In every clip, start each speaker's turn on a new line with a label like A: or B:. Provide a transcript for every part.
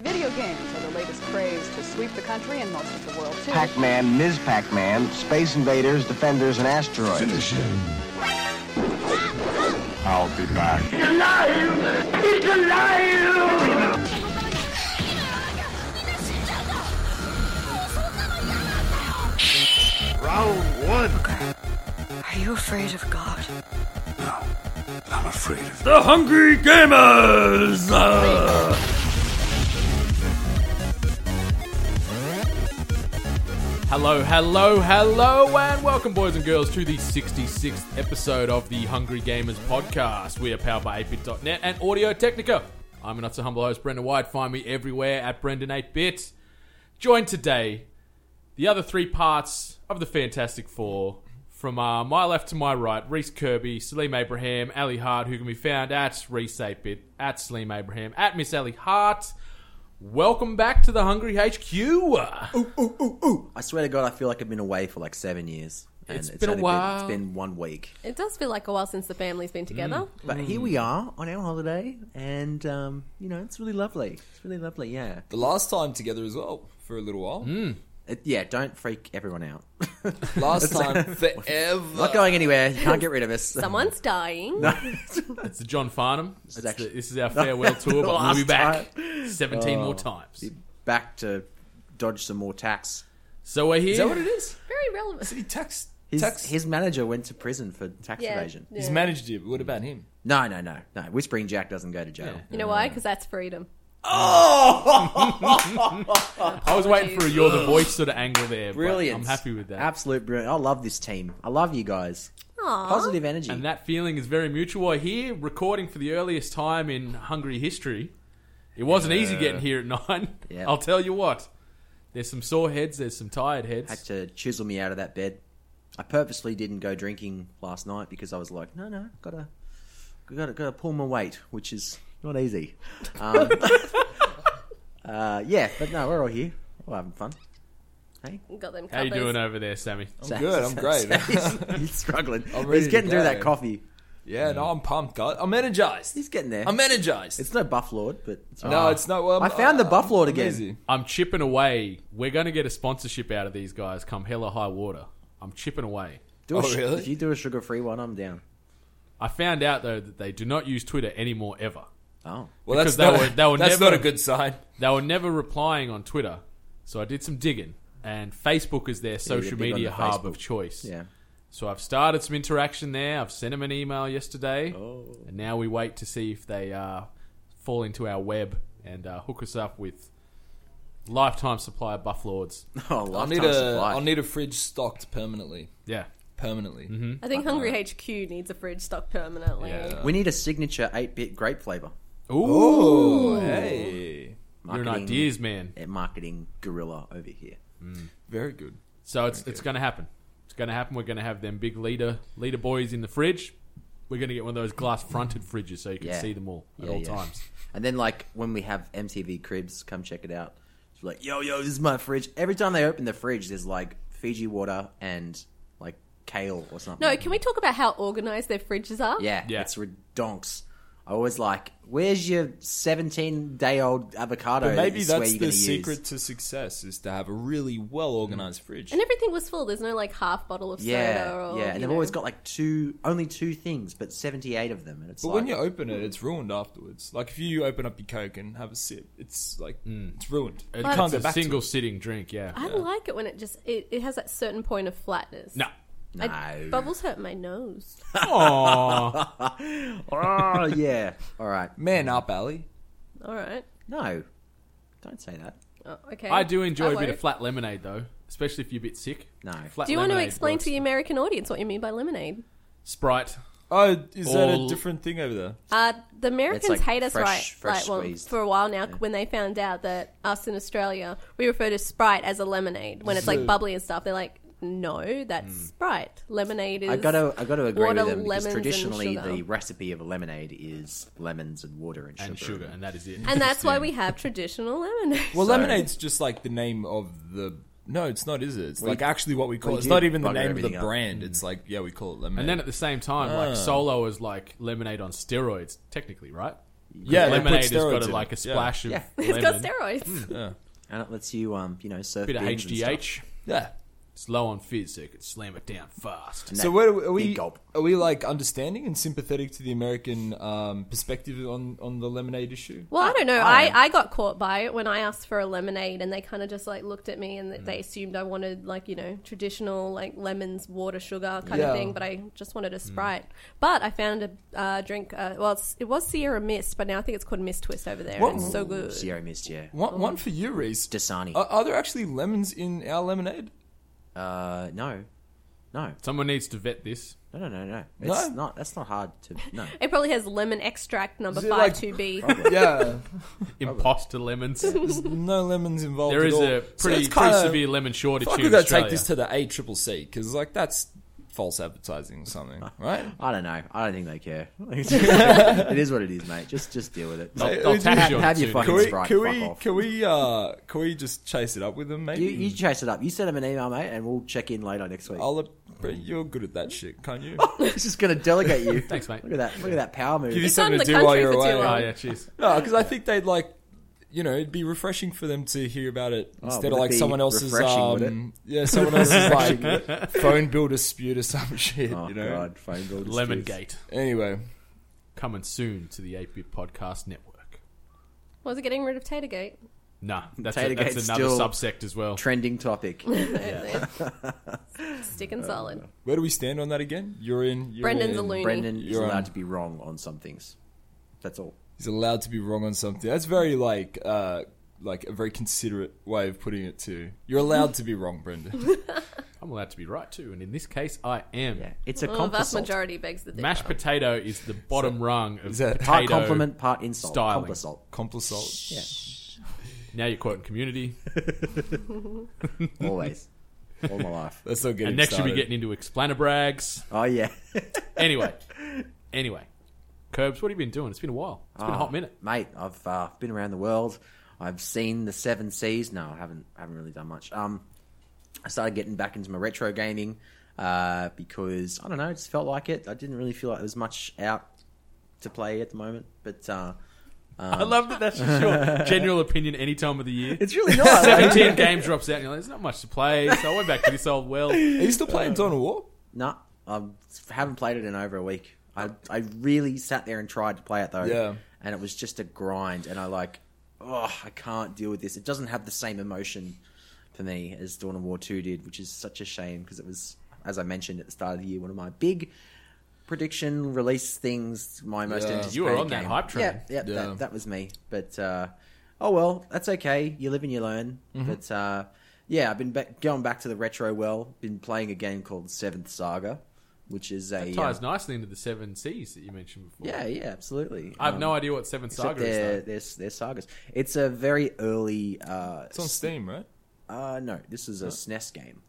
A: video games are the latest craze to sweep the country and most of the world, too.
B: Pac-Man, Ms. Pac-Man, Space Invaders, Defenders, and Asteroids.
C: Finish him.
D: I'll be back.
E: Round one.
F: Are you afraid of God?
C: No, I'm afraid of
G: The Hungry Gamers! Uh, Hello, hello, hello, and welcome, boys and girls, to the 66th episode of the Hungry Gamers podcast. We are powered by 8bit.net and Audio Technica. I'm your not so humble host, Brendan White. Find me everywhere at Brendan8bit. Joined today, the other three parts of the Fantastic Four from uh, my left to my right, Reese Kirby, Salim Abraham, Ali Hart, who can be found at Reese 8bit, at Salim Abraham, at Miss Ali Hart. Welcome back to the Hungry HQ.
H: I swear to God, I feel like I've been away for like seven years. And
G: It's been a
H: only
G: while.
H: Been, it's been one week,
I: It does feel like a while since the family's been together.
G: Hmm.
H: but here we are on our holiday, and um, you know it's really lovely. It's really lovely, yeah.
J: The last time together as well for a little while.
H: Hmm. It- yeah, don't freak everyone out.
J: Last time forever.
H: Not going anywhere. You can't get rid of us.
I: Someone's dying.
G: It's the John Farnham. It's the-
H: actually-
G: this is our farewell tour,
H: The
G: but we'll be
H: last
G: back 17 more times.
H: back to dodge some more tax.
G: So we're here.
J: Is that what it is?
I: Very relevant.
J: Did he tax?
H: His,
J: tax?
H: his manager went to prison for tax
I: Yeah.
H: evasion.
I: yeah.
J: He's managed it. but What about him?
H: No, no, no, no. Whispering Jack doesn't go to jail.
I: You know why? Because that's freedom.
G: I was waiting for a you're the voice sort of angle there. but
H: Brilliant.
G: I'm happy with that.
H: Absolute brilliant. I love this team. I love you guys.
I: Aw.
H: Positive energy.
G: And that feeling is very mutual. We're here recording for the earliest time in Hungary history. It wasn't easy getting here at nine.
H: Yeah.
G: I'll tell you what. There's some sore heads. There's some tired
H: had
G: heads.
H: to chisel me out of that bed. I purposely didn't go drinking last night because I was like, no, no, gotta, gotta, gotta pull my weight, which is not easy. Um, uh, yeah, but no, we're all here. We're having fun.
I: Got them
G: How you
I: covers.
G: doing over there, Sammy?
J: I'm good. I'm great.
H: he's, he's struggling. But
J: ready
H: He's
J: to
H: getting through
J: go.
H: that coffee.
J: yeah, no, I'm pumped, guys. I'm energized.
H: He's getting there.
J: I'm energized.
H: it's no buff lord, but it's
J: no, it's not. Well,
H: I
J: I'm-
H: found the
J: I'm-
H: buff lord
J: I'm
H: again.
J: busy.
G: I'm chipping away. We're going to get a sponsorship out of these guys come hell or high water. I'm chipping away.
H: do a
J: Oh,
H: su-
J: really?
H: If you do a sugar-free one, I'm down.
G: I found out, though, that they do not use Twitter anymore ever.
H: Oh,
J: Well, that's
G: Because they
J: not,
G: were- they were
J: that's
G: never-
J: not a good sign.
G: They were never replying on Twitter. So I did some digging. And Facebook is their social
H: big on
G: media
H: the
G: hub of
H: Facebook.
G: choice.
H: yeah.
G: So I've started some interaction there. I've sent them an email yesterday,
H: Oh.
G: and now we wait to see if they uh, fall into our web and uh, hook us up with lifetime supply of Buff Lords.
H: Oh,
J: I'll
H: lifetime
J: need a.
H: supply.
J: will need a fridge stocked permanently.
G: Yeah,
J: Permanently.
H: Mm-hmm.
I: I think Hungry
H: Uh-huh.
I: HQ needs a fridge stocked permanently.
J: Yeah.
H: we need a signature eight-bit grape flavor.
J: Ooh, hey,
G: you're an
H: Oh, Marketing-
G: ideas man.
H: a marketing gorilla over here.
J: very good.
G: So it's it's going to happen. It's going to happen. We're going to have them big leader leader boys in the fridge. We're going to get one of those glass fronted fridges so you can
H: Yeah.
G: see them all at
H: Yeah,
G: all
H: yeah.
G: times.
H: And then, like, when we have MTV Cribs, come check it out. It's like, yo, yo, this is my fridge. Every time they open the fridge, there's like Fiji water and like kale or something.
I: No, can we talk about how organized their fridges are?
H: yeah,
G: Yeah.
H: it's redonks. I always like, where's your 17 day old avocado?
J: But
H: that
J: maybe
H: you swear
J: that's the
H: you're gonna use? Mm.
J: secret to success is to have a really well organized fridge.
I: And everything was full. There's no like half bottle of
H: Yeah,
I: soda or.
H: yeah,
I: you
H: and they've
I: know.
H: always got like two, only two things, but 78 of them. And it's
J: But
H: like,
J: when you open it, it's ruined afterwards. Like if you open up your coke and have a sip, it's like
H: Mm.
J: it's ruined. You
G: It's
J: can't go
G: a
J: back
G: single
J: to it.
G: sitting drink. Yeah.
I: I like it when it just it, it has that certain point of flatness.
G: no.
H: no.
I: I- bubbles hurt my nose.
G: Aww.
H: oh, yeah. All right.
J: Man up, Ali.
I: All right.
H: No, don't say that.
I: Oh, okay.
G: I do enjoy
I: I
G: a bit of
I: won't.
G: flat lemonade though, especially if you're a bit sick.
H: No.
G: Flat
I: Do you want to
G: lemonade
I: explain
G: works.
I: to the American audience what you mean by lemonade?
G: Sprite?
J: Oh, is that
G: All-
J: a different thing over there?
I: Uh, the Americans
H: like
I: hate us,
H: fresh-
I: right?
H: fresh
I: like, well,
H: squeezed.
I: for a while now, when they found out that us in Australia we refer to Sprite as a lemonade when it's
J: So-
I: like bubbly and stuff. They're like, no, that's Sprite. Lemonade is.
H: Hmm. I gotta, I gotta agree
I: water,
H: with them
I: lemons,
H: because
I: and
H: traditionally
I: sugar.
H: the recipe of a lemonade is lemons and water and sugar.
G: and sugar, and that is it.
I: and that's why we have traditional lemonade.
J: Well, lemonade's just like the name of the. No, it's not, is it? It's like actually what we call.
H: we
J: it. It's
H: do
J: not even the
H: bugger
J: name of the
H: everything up.
J: brand.
G: Hmm.
J: It's like yeah, we call it lemonade.
G: And then at the same time, like Solo is like lemonade on steroids, technically, right?
K: Yeah, they put
G: lemonade has got
K: steroids
G: a,
K: in
G: like a
K: it. Yeah.
G: splash of
H: Yeah.
I: It's got
G: lemon,
I: steroids.
K: Yeah.
H: and it lets you, um, you know, surf.
G: bit of
H: beams and stuff.
G: HDH.
K: Yeah.
G: It's low on fizz, so you can slam it down fast.
H: And
K: So
H: that
K: where are
H: big
K: we?
H: gulp.
K: Are we like understanding and sympathetic to the American um, perspective on on the lemonade issue?
I: Well, I don't know. I, I got caught by it when I asked for a lemonade, and they kind of just like looked at me and th- they assumed I wanted like you know traditional like lemons, water, sugar kind
K: Yeah.
I: of thing. But I just wanted a sprite. But I found a uh, drink. Uh, well, it's, it was Sierra Mist, but now I think it's called Mist Twist over there.
K: What-
I: and it's so good.
H: Sierra Mist, yeah.
K: One, one for you, Reese.
H: Dasani.
K: Are, are there actually lemons in our lemonade?
H: Uh, no, no,
G: Someone needs to vet this.
H: no, no, no, no.
K: No?
H: It's not. That's not hard to. No.
I: It probably has lemon extract number
K: Is it
I: five
K: like-
I: two B.
K: Yeah,
G: Imposter lemons.
K: there's no lemons involved.
G: There
K: at
G: is
K: all.
G: a
K: So
G: pretty,
K: it's kinda-
G: pretty severe lemon shortage
K: Fuck,
G: here
K: we
G: in
K: gotta
G: Australia.
K: take this to the A Triple C because like that's false advertising or something, right?
H: I don't know. I don't think they care. it is what it is, mate. Just just deal with it.
G: They'll-
K: Hey,
G: they'll
K: we
G: tax
K: just-
G: you on
H: have
G: it
H: your
G: soon.
H: fucking
K: Can we,
H: Sprite,
K: can
H: fuck
K: we,
H: off.
K: can we, uh, can we just chase it up with them, maybe?
H: You, you chase it up. You send him an email, mate, and we'll check in later next week.
K: I'll, but you're good at that shit, can't you?
H: He's just going to delegate you.
G: Thanks, mate.
H: Look at that. Look at that power move.
K: Give you
I: It's not
K: something
I: in
K: to
I: the
K: do while
I: country
K: you're
I: for too
K: away.
I: long.
G: Oh
K: right?
G: yeah, cheers.
K: No, because I think they'd like, you know, it'd be refreshing for them to hear about it instead
H: Oh, would
K: of
H: it
K: like
H: be
K: someone else's,
H: refreshing, would
K: um, yeah, someone else's like phone bill dispute or some shit.
H: oh
K: you know.
H: God, phone bill disputes.
G: Lemon Gate
K: Anyway,
G: coming soon to the 8-Bit Podcast Network.
I: Was it getting rid of Tatergate?
G: Nah, that's, a,
H: Tater
G: that's
H: Gate's
G: another
H: still-
G: subsect as well.
H: Trending topic.
I: Sticking solid.
K: where do we stand on that again? You're in. You're
I: Brendan's
K: in.
I: a loony.
H: Brendan is
K: You're on.
H: allowed to be wrong on some things. That's all.
K: He's allowed to be wrong on something. That's very like, uh, like a very considerate way of putting it too. You're allowed to be wrong, Brendan.
G: I'm allowed to be right too, and in this case, I am.
H: Yeah, Oh, it's a
I: Well, the Oh, vast
H: compliment.
I: majority begs the dick.
G: Mashed potato is the bottom rung of
K: that-
G: potato.
H: Part compliment, part insult.
G: styling.
H: Complisalt.
K: Complisalt.
G: Now you're quoting Community,
H: Always. All my life.
K: Let's not get.
G: and next
K: started.
G: you'll be getting into explanabrags.
H: Oh yeah.
G: Anyway, anyway, Curbs, what have you been doing? It's been a while. It's been a
H: Ah.
G: hot minute.
H: mate. I've uh, been around the world. I've seen the seven seas. No, I haven't. I haven't really done much. Um, I started getting back into my retro gaming uh, because I don't know. I just felt like it. I didn't really feel like there was much out to play at the moment. But uh,
G: I love that. That's just your general opinion any time of the year.
H: it's really not.
G: Seventeen game drops out, and you're like, "There's not much to play," so I went back to this old well.
K: Are you still
I: Uh,
K: playing Dawn of War?
H: No, I haven't played it in over a week. I I really sat there and tried to play it though,
K: Yeah.
H: and it was just a grind. And I like, oh, I can't deal with this. It doesn't have the same emotion for me as Dawn of War Two did, which is such a shame because it was, as I mentioned at the start of the year, one of my big prediction release things. My most
K: Yeah.
H: anticipated.
G: You were on that
H: game.
G: hype train.
H: Yeah, yeah,
K: Yeah.
H: That, that was me. But uh, oh well, that's okay. You live and you learn.
G: Mm-hmm.
H: But uh, yeah, I've been ba- going back to the retro well. Been playing a game called Seventh Saga, which is a
G: That ties
H: uh,
G: nicely into the seven C's that you mentioned before.
H: yeah, yeah, absolutely.
G: I have
H: Um,
G: no idea what Seven
H: Except
G: Saga is.
H: they're,
G: though.
H: they're, they're sagas. It's a very early. Uh,
K: It's on Steam, right?
H: uh, no, this is a SNES game.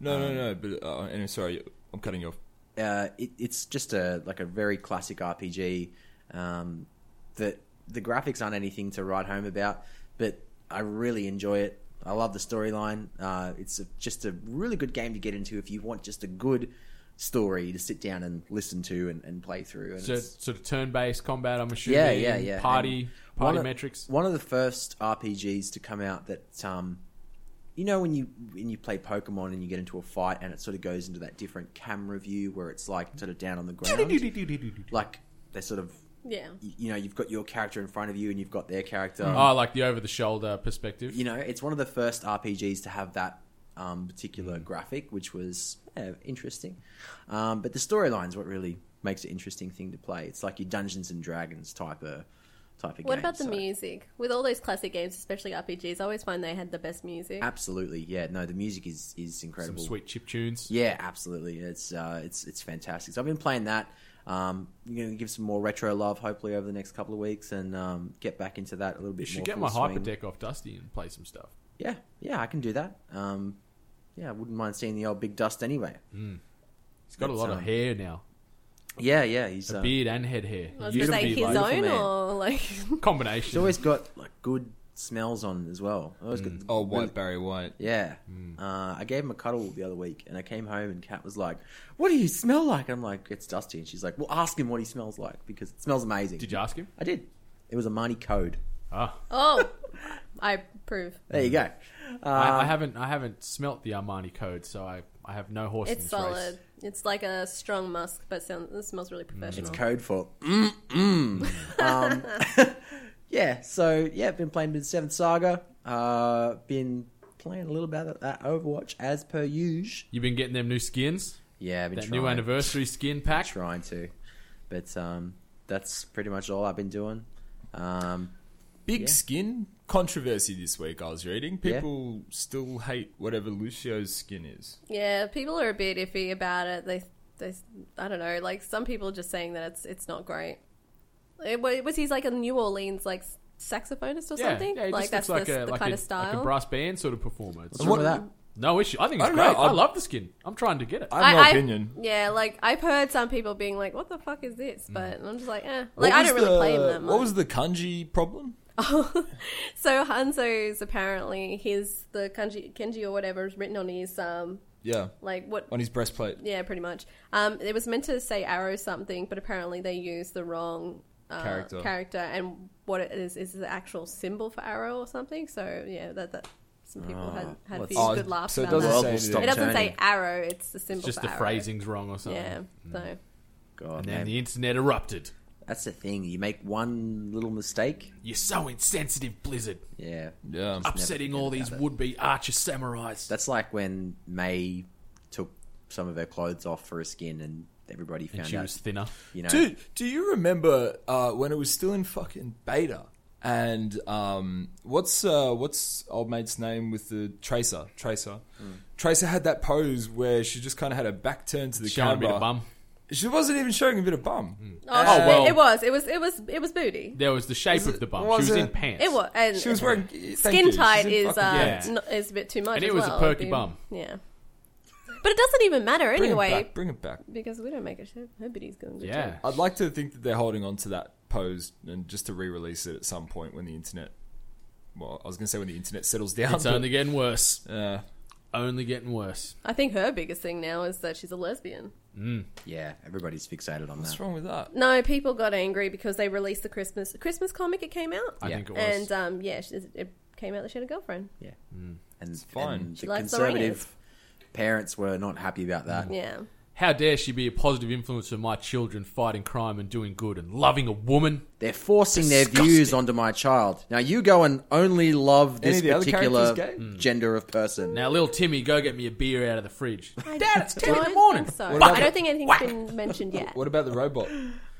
K: No,
I: um,
K: no, no. But uh, anyway, sorry, I'm cutting you off.
H: uh, it, it's just a like a very classic RPG. Um, that the graphics aren't anything to write home about, but I really enjoy it. I love the storyline. Uh, it's a, just a really good game to get into if you want just a good story to sit down and listen to and, and play through. And
G: So,
H: it's-
G: sort of turn-based combat. I'm assuming.
H: yeah, yeah, yeah.
G: Party,
H: And
G: party
H: one of-
G: metrics.
H: One of the first RPGs to come out that, um, you know, when you when you play Pokemon and you get into a fight and it sort of goes into that different camera view where it's like sort of down on the ground, like they're sort of,
I: Yeah.
H: y- you know, you've got your character in front of you and you've got their character.
G: Oh, like the over-the-shoulder perspective.
H: You know, it's one of the first RPGs to have that um, particular
G: Mm.
H: graphic, which was yeah, interesting. Um, but the storyline's what really makes it an interesting thing to play. It's like your Dungeons and Dragons type of type of game.
I: What about the
H: so-
I: music? With all those classic games, especially RPGs, I always find they had the best music.
H: Absolutely, yeah. No, the music is is
G: Some
H: incredible.
G: sweet chip tunes.
H: Yeah, absolutely. It's uh, it's it's fantastic. So I've been playing that. Um, I'm going to give some more retro love, hopefully over the next couple of weeks, and um, get back into that a little bit.
G: You should
H: more
G: get
H: full
G: my
H: swing.
G: hyper deck off Dusty and play some stuff.
H: Yeah, yeah, I can do that. Um, yeah, I wouldn't mind seeing the old big dust anyway.
G: Hmm. He's got a lot of
H: um,
G: hair now,
H: Yeah, yeah, he's uh,
G: beard and head hair.
I: I was
G: He used
I: going to
G: to
I: say
G: be
I: his
G: like
I: own
H: man.
I: or like.
H: he's
G: combination.
H: always got like good smells on as well. Always
G: Hmm.
H: got
K: Oh, White Barry White.
H: Yeah. Uh, I gave him a cuddle the other week, and I came home, and Kat was like, "What do you smell like?" I'm like, "It's Dusty," and she's like, "Well, ask him what he smells like because it smells amazing."
G: Did you ask him? Ah.
H: I did. It was a Marty code.
I: Oh, I approve.
H: There
G: Hmm.
H: you go.
I: Uh,
G: I, I haven't I haven't smelt the Armani code, so I, I have no horse
I: It's
G: in this
I: solid.
G: race.
I: It's like a strong musk, but sounds it smells
G: Mm,
I: really professional.
H: It's code for mm mm. um, yeah, so yeah, been playing Mid Seventh Saga. Uh, been playing a little bit of that Overwatch as per usual.
G: You've been getting them new skins,
H: Yeah, I've been
G: that
H: trying,
G: new anniversary skin pack.
H: trying to, but um, that's pretty much all I've been doing. Um,
J: Big
H: Yeah.
J: skin controversy this week. I was reading
H: Yeah.
J: people still hate whatever Lucio's skin is.
I: Yeah, people are a bit iffy about it. They, they, I don't know. Like some people are just saying that it's it's not great. It, wa- was he's like a New Orleans like saxophonist or
G: Yeah,
I: something?
G: yeah, it
I: like
G: just
I: that's
G: looks
I: the,
G: like a
I: the
G: like
I: kind
G: a,
I: of style.
G: like a brass band sort of performer. It's
H: what's wrong with that?
G: no issue. I think it's
J: I don't
G: great.
J: know.
G: I
J: I'm-
G: love the skin. I'm trying to get it.
J: I have no opinion.
I: Yeah, like I've heard some people being like, "What the fuck is this?" But I'm just like, eh. Like I
J: Mm. was
I: don't really
J: the-
I: play him that much.
J: What was the kanji problem?
I: so Hanzo's apparently his the kanji kenji or whatever is written on his um
J: Yeah,
I: like what
J: on his breastplate.
I: yeah pretty much um it was meant to say arrow something but apparently they used the wrong uh,
J: Character.
I: character and what it is is the actual symbol for arrow or something so yeah that that some people had had a few
J: Oh,
I: good laughs
J: so it
I: about
J: doesn't
I: that
J: say
H: Well,
J: anything.
H: stop
I: it doesn't
H: turning.
I: say arrow it's the symbol
G: It's just
I: for
G: the
I: arrow.
G: phrasing's wrong or something.
I: yeah
J: Mm.
I: so
H: God,
G: And then
H: man,
G: the internet erupted.
H: that's the thing. You make one little mistake.
G: You're so insensitive, Blizzard,
H: Yeah,
J: Yeah,
G: upsetting all these would-be archer samurais.
H: that's like when May took some of her clothes off for a skin, and everybody
G: and
H: found
G: she
H: out.
G: was thinner.
H: you know,
J: Dude, do you remember uh, when it was still in fucking beta? And um, what's uh, what's old mate's name with the tracer? Tracer. Tracer had that pose where she just kind of had her back turned to the
G: Showing a
J: camera.
G: bit of bum.
J: She wasn't even showing a bit of bum.
I: oh,
G: Oh,
I: it-
G: well.
I: it was it was it was it was booty
G: There was the shape of the bum.
J: was
G: she was in
J: it-
G: pants.
I: it was and
J: She was wearing
I: skin tight is uh,
G: pants.
I: n- is a bit too much.
G: And it
I: as
G: was a
I: well.
G: perky
I: It'd
G: bum.
I: Yeah, but it doesn't even matter
J: bring
I: anyway
J: It back, bring it back.
I: because we don't make it. Her, her biddy's going good.
G: Yeah.
I: too.
J: I'd like to think that they're holding on to that pose and just to re-release it at some point when the internet. Well, I was going to say when the internet settles down.
G: It's only getting worse.
J: but, uh,
G: Only getting worse.
I: I think her biggest thing now is that she's a lesbian.
H: yeah, everybody's fixated on
J: what's
H: that.
J: wrong with that?
I: No, people got angry because they released the Christmas Christmas comic. It came out.
G: I think it was.
I: and um, yeah, she, it came out that she had a girlfriend.
H: Yeah, and,
J: fine.
H: and the
I: likes the
H: conservative
I: ringers.
H: parents were not happy about that.
I: Yeah,
G: How dare she be a positive influence for my children fighting crime and doing good and loving a woman?
H: They're forcing their views onto my child. Now you go and only love
J: Any
H: this
J: of the other
H: particular
J: characters gay? Mm.
H: gender of person.
G: Now, little Timmy, go get me a beer out of the fridge.
I: Dad, it's ten
G: in the morning.
I: So
J: What about
I: I
J: the-
I: don't think anything's been mentioned yet.
J: What about the robot?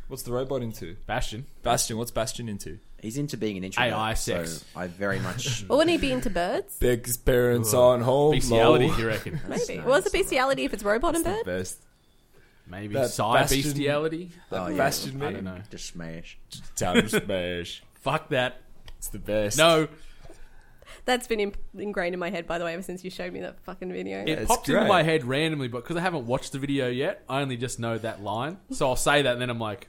J: What's the robot into?
G: Bastion.
J: Bastion, what's Bastion into?
H: He's into being an introvert.
G: AI sex.
H: So I very much.
I: Or wouldn't he be into birds?
J: Beg's parents aren't home.
G: Bestiality, you reckon?
I: Maybe. Well, it's a bestiality if it's robot and bird.
J: Best.
G: Maybe
J: That
G: cyber
J: Bastion-
G: bestiality?
H: oh, yeah.
J: Bastion
G: I
J: meme.
G: don't know.
H: Just smash.
J: Time smash.
G: Fuck that.
J: It's the best.
G: No,
I: That's been in, ingrained in my head, by the way, ever since you showed me that fucking video.
G: it
J: it's
G: popped into
J: great.
G: my head randomly, but because I haven't watched the video yet, I only just know that line. So I'll say that, and then I'm like,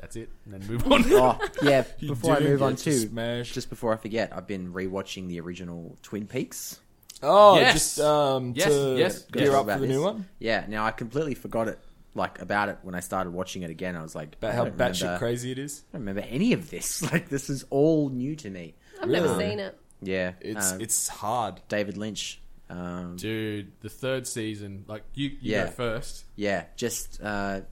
G: that's it, and then move on.
H: Oh yeah.
J: You
H: Before I
J: do
H: move
J: get
H: on
J: to
H: too,
J: smash.
H: just before I forget, I've been rewatching the original Twin Peaks.
J: Oh,
G: Yes.
J: just um,
G: Yes,
J: to
G: yes.
J: gear up
H: Talk
J: for
H: about
J: the
H: this.
J: new one.
H: Yeah. Now I completely forgot it, like about it when I started watching it again. I was like,
J: About
H: I
J: how
H: don't
J: batshit
H: remember-
J: crazy it is.
H: I don't remember any of this. Like this is all new to me.
I: I've never seen it.
H: Yeah,
J: It's
H: um,
J: it's hard.
H: David Lynch. Um,
G: Dude, the third season, like, you, you
H: Yeah.
G: go first.
H: yeah, just uh,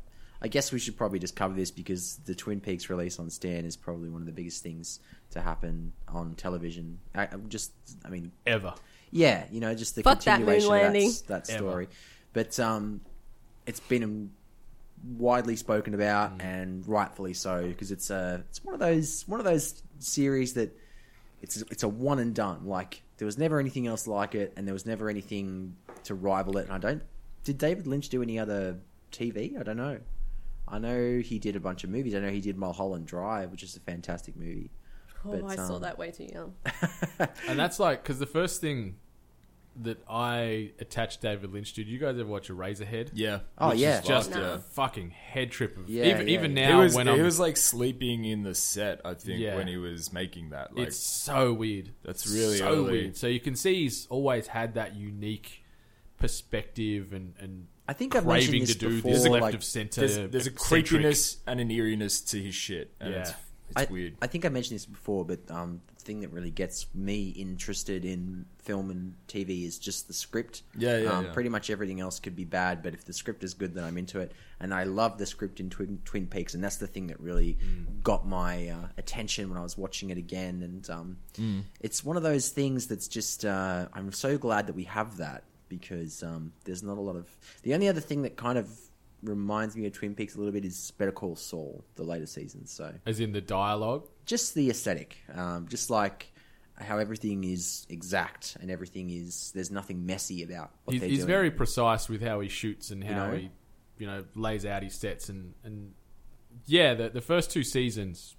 H: I guess we should probably just cover this because the Twin Peaks release on Stan is probably one of the biggest things to happen on television. I, I'm just, I mean,
G: Ever.
H: yeah, you know, just the
I: Fuck that moon
H: continuation of that,
I: landing.
H: s- that
G: Ever.
H: story. But um, it's been um, widely spoken about,
G: Mm.
H: and rightfully so, because it's a it's one of those one of those series that it's it's a one and done. Like there was never anything else like it, and there was never anything to rival it. And I don't did David Lynch do any other TV? I don't know. I know he did a bunch of movies. I know he did Mulholland Drive, which is a fantastic movie.
I: Oh,
H: But,
I: I saw
H: um,
I: that way too young.
G: And that's like because the first thing that I attached David Lynch to. Did you guys ever watch Razorhead?
J: Yeah.
H: Oh,
J: Which
H: yeah.
J: is
G: Just
J: like-
G: a fucking head trip of
H: Yeah,
G: even
H: yeah,
G: even
J: He
G: now
J: was,
G: when
J: he
G: I'm.
J: was like sleeping in the set, I think,
G: Yeah.
J: when he was making that. Like,
G: it's so weird.
J: That's really
G: so
J: early.
G: weird. So you can see he's always had that unique perspective and and
H: I think I've mentioned
G: craving
H: this
G: to do
H: before.
G: this left
H: like,
G: of center.
J: there's, there's a
G: eccentric-
J: creepiness and an eeriness to his shit, and
G: Yeah.
J: it's It's
H: I,
J: weird.
H: I think I mentioned this before, but um, the thing that really gets me interested in film and TV is just the script.
J: Yeah, yeah,
H: um,
J: yeah.
H: Pretty much everything else could be bad, but if the script is good, then I'm into it. And I love the script in Twin, Twin Peaks, and that's the thing that really
J: Mm.
H: got my uh, attention when I was watching it again. And um,
J: Mm.
H: it's one of those things that's just uh, I'm so glad that we have that because um, there's not a lot of the only other thing that kind of reminds me of Twin Peaks a little bit is Better Call Saul, the later seasons. So
G: As in the dialogue.
H: just the aesthetic, um, just like how everything is exact and everything is there's nothing messy about what
G: He's,
H: they're
G: he's
H: doing.
G: very precise with how he shoots and how
H: know?
G: he, you know, lays out his sets and and yeah, the the first two seasons,